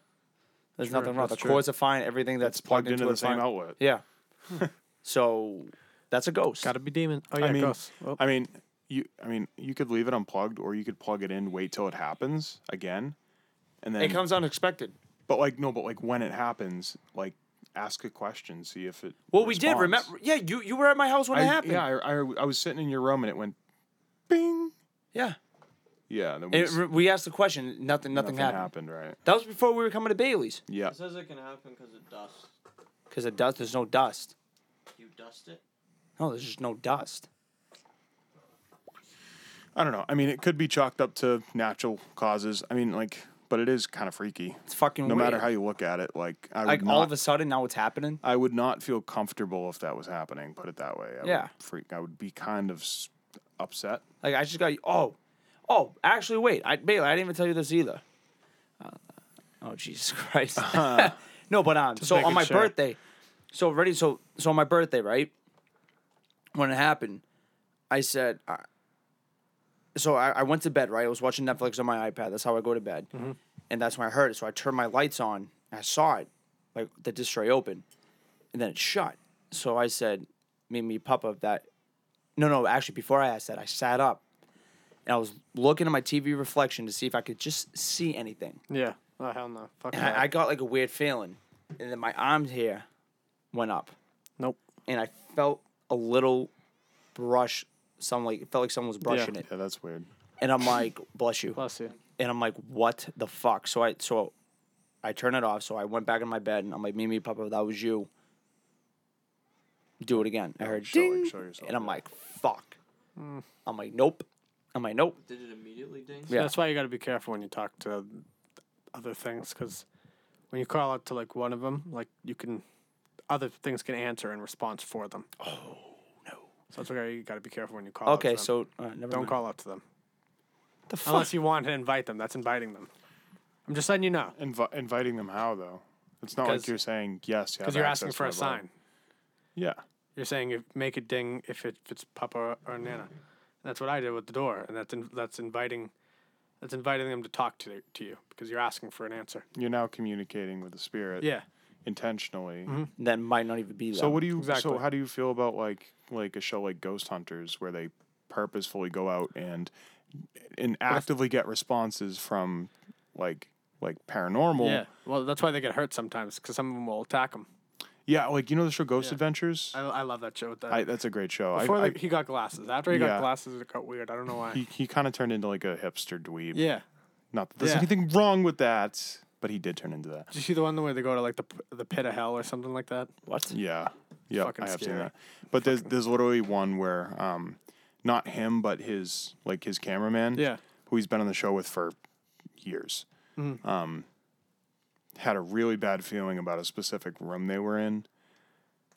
Speaker 3: There's nothing wrong. The
Speaker 4: that's true.
Speaker 3: cords are fine. Everything that's
Speaker 4: It's plugged into the
Speaker 3: it's
Speaker 4: same
Speaker 3: fine.
Speaker 4: outlet.
Speaker 3: Yeah. so that's a ghost.
Speaker 1: Gotta be demon. Oh yeah,
Speaker 4: I mean,
Speaker 1: Gus. Oh,
Speaker 4: I mean, you. I mean, you could leave it unplugged, or you could plug it in, wait till it happens again, and then.
Speaker 3: It comes unexpected.
Speaker 4: but like no, but like when it happens, like ask a question, see if it.
Speaker 3: Well, we did
Speaker 4: responds.
Speaker 3: remember. Yeah, you you were at my house when
Speaker 4: I,
Speaker 3: it happened.
Speaker 4: Yeah, I, I, I was sitting in your room and it went, bing.
Speaker 3: yeah.
Speaker 4: Yeah, then we,
Speaker 3: It,
Speaker 4: nothing,
Speaker 3: we asked the question. Nothing. Nothing,
Speaker 4: nothing
Speaker 3: happened.
Speaker 4: happened. right?
Speaker 3: That was before we were coming to Bailey's.
Speaker 4: Yeah,
Speaker 5: It says it can happen because of dust.
Speaker 3: Because it does. There's no dust.
Speaker 5: You dust it.
Speaker 3: No, there's just no dust.
Speaker 4: I don't know. I mean, it could be chalked up to natural causes. I mean, like, but it is kind of freaky.
Speaker 3: It's fucking.
Speaker 4: No
Speaker 3: weird.
Speaker 4: matter how you look at it, like I would
Speaker 3: Like
Speaker 4: not,
Speaker 3: all of a sudden now it's happening.
Speaker 4: I would not feel comfortable if that was happening. Put it that way. I
Speaker 3: Yeah.
Speaker 4: would freak. I would be kind of s- upset.
Speaker 3: Like I just got. Oh, oh. Actually, wait. I Bailey, I didn't even tell you this either. Uh, oh Jesus Christ. no, but um. So on
Speaker 4: Uh-huh. making
Speaker 3: my
Speaker 4: sure.
Speaker 3: birthday. So ready. So so on my birthday, right? When it happened, I said. Uh, so I, I went to bed. Right. I was watching Netflix on my iPad. That's how I go to bed.
Speaker 4: Mm-hmm.
Speaker 3: And that's when I heard it. So I turned my lights on. And I saw it, like the disc tray open, and then it shut. So I said, "Me, me, pop up that." No, no. Actually, before I asked that, I sat up and I was looking at my TV reflection to see if I could just see anything.
Speaker 1: yeah. Oh hell no. Fuck
Speaker 3: And
Speaker 1: that.
Speaker 3: I, I got like a weird feeling. And then my arms here went up.
Speaker 1: nope.
Speaker 3: And I felt a little brush. Some like it felt like someone was brushing it.
Speaker 4: Yeah, that's weird.
Speaker 3: And I'm like, bless you.
Speaker 1: Bless you.
Speaker 3: And I'm like, what the fuck? So I so I turned it off. So I went back in my bed and I'm like, Mimi Papa, that was you. Do it again. I heard
Speaker 4: show- like,
Speaker 3: ding.
Speaker 4: show yourself,
Speaker 3: and I'm
Speaker 4: yeah.
Speaker 3: like, fuck.
Speaker 1: Hmm.
Speaker 3: I'm like, nope. I'm like, nope.
Speaker 5: Did it immediately ding?
Speaker 3: Yeah.
Speaker 1: That's why you got to be careful when you talk to other things, because when you call out to like one of them, like you can, other things can answer in response for them. Oh no! So that's why you got to be careful when you call.
Speaker 3: Okay,
Speaker 1: out to them.
Speaker 3: so uh, never
Speaker 1: don't
Speaker 3: mind.
Speaker 1: call out to them
Speaker 3: the fuck.
Speaker 1: unless you want to invite them. That's inviting them. I'm just letting you know
Speaker 4: Invi- inviting them how though? It's not like
Speaker 1: 'Cause-
Speaker 4: you're saying yes.
Speaker 1: because you're asking for a sign.
Speaker 4: Yeah.
Speaker 1: You're saying if, make it ding if, it, if it's Papa or, or Nana. That's what I did with the door, and that's in, that's inviting, that's inviting them to talk to to you because you're asking for an answer.
Speaker 4: You're now communicating with the spirit.
Speaker 1: Yeah.
Speaker 4: Intentionally.
Speaker 3: that might not even be
Speaker 4: So what do you?
Speaker 1: Exactly.
Speaker 4: So how do you feel about like like a show like Ghost Hunters where they purposefully go out and and actively get responses from like like paranormal.
Speaker 1: Yeah. Well, that's why they get hurt sometimes because some of them will attack them.
Speaker 4: Yeah, like you know the show Ghost Adventures.
Speaker 1: I, I love that show. With the,
Speaker 4: I, that's a great show.
Speaker 1: before
Speaker 4: I,
Speaker 1: they- he got glasses. After he
Speaker 4: Yeah.
Speaker 1: got glasses, it got weird. I don't know why.
Speaker 4: I, he he kind of turned into like a hipster dweeb.
Speaker 1: yeah.
Speaker 4: Not that there's
Speaker 1: Yeah.
Speaker 4: anything wrong with that, but he did turn into that.
Speaker 1: Did you see the one where they go to like the p- the pit of hell or something like that?
Speaker 3: What?
Speaker 4: Yeah. Yeah,
Speaker 1: Fucking
Speaker 4: I have seen
Speaker 1: scary.
Speaker 4: that. But there's there's literally one where um not him but his like his cameraman
Speaker 1: Yeah.
Speaker 4: who he's been on the show with for years. Um had a really bad feeling about a specific room they were in.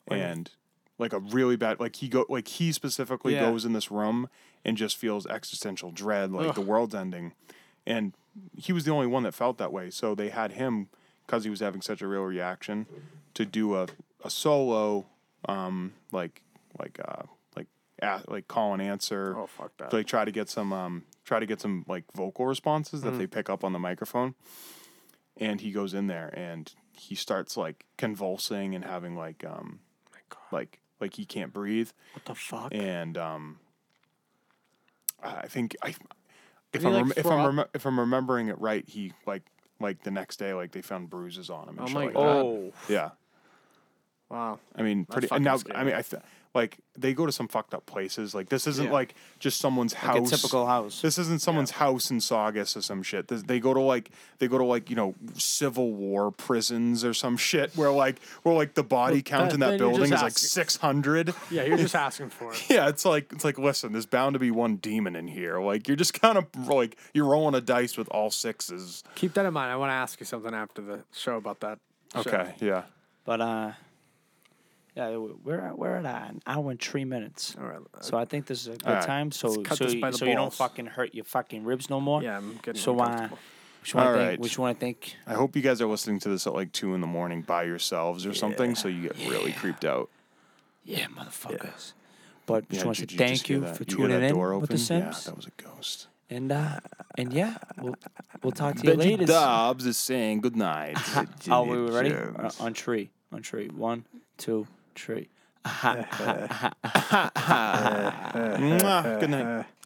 Speaker 4: and like a really bad like he go like he specifically
Speaker 1: Yeah.
Speaker 4: goes in this room and just feels existential dread like the world's ending. And he was the only one that felt that way. So they had him because he was having such a real reaction to do a, a solo, um, like like uh, like a, like call and answer.
Speaker 1: Oh, fuck that.
Speaker 4: To, like try to get some um, try to get some like vocal responses
Speaker 1: Mm.
Speaker 4: that they pick up on the microphone. And he goes in there and he starts like convulsing and having like um, like like he can't breathe
Speaker 1: What the fuck?
Speaker 4: and um, I think I, if
Speaker 1: he,
Speaker 4: I'm
Speaker 1: like,
Speaker 4: rem- if
Speaker 1: throw
Speaker 4: I'm
Speaker 1: up?
Speaker 4: rem- if I'm remembering it right, he like like the next day like they found bruises on him. And
Speaker 1: Oh
Speaker 4: shit
Speaker 1: my
Speaker 4: like that.
Speaker 1: God.
Speaker 3: Oh,
Speaker 4: Yeah,
Speaker 1: Wow.
Speaker 4: I mean pretty.
Speaker 1: fucking
Speaker 4: And now
Speaker 1: scary.
Speaker 4: I mean I th- like they go to some fucked up places. Like this isn't like just someone's
Speaker 3: like a
Speaker 4: house.
Speaker 3: typical house.
Speaker 4: This isn't someone's house in Saugus or some shit. This, they go to like they go to like you know Civil War prisons or some shit where like where like the body count
Speaker 1: that-
Speaker 4: in that
Speaker 1: then you're
Speaker 4: building is
Speaker 1: just
Speaker 4: like
Speaker 1: asking-
Speaker 4: six hundred.
Speaker 1: Yeah, you're just asking for it.
Speaker 4: Yeah, it's like it's like listen, there's bound to be one demon in here. Like you're just kind of like you're rolling a dice with all sixes.
Speaker 1: Keep that in mind. I want to ask you something after the show about that. show.
Speaker 4: Okay, yeah.
Speaker 3: But uh, yeah, w- we're at, we're at an hour and three minutes.
Speaker 1: All right.
Speaker 3: So I think this is a good
Speaker 4: Alright.
Speaker 3: time. So
Speaker 1: cut
Speaker 3: so,
Speaker 1: this
Speaker 3: you-
Speaker 1: by the
Speaker 3: so you don't
Speaker 1: balls.
Speaker 3: fucking hurt your fucking ribs no more.
Speaker 1: Yeah, I'm getting
Speaker 3: So uh,
Speaker 1: uncomfortable.
Speaker 3: which one? I think,
Speaker 4: Alright.
Speaker 3: Which one? I think.
Speaker 4: I hope you guys are listening to this at like two in the morning by yourselves or something, so you get really creeped out.
Speaker 3: Yeah, motherfuckers. But which
Speaker 4: Yeah,
Speaker 3: one? I said
Speaker 4: did you just
Speaker 3: thank
Speaker 4: hear
Speaker 3: you
Speaker 4: that?
Speaker 3: for
Speaker 4: You hear
Speaker 3: tuning
Speaker 4: that
Speaker 3: in
Speaker 4: door
Speaker 3: with
Speaker 4: open?
Speaker 3: the Sims.
Speaker 4: Yeah, that was a ghost.
Speaker 3: And uh, and yeah, we'll we'll talk to you
Speaker 4: Benji
Speaker 3: later.
Speaker 4: Dobbs is saying goodnight. to
Speaker 3: Oh, we
Speaker 4: Jimmy
Speaker 3: were ready? Uh,
Speaker 4: Jones.
Speaker 3: on tree. On tree. One, two, three. Uh,
Speaker 4: Mwah. Good night.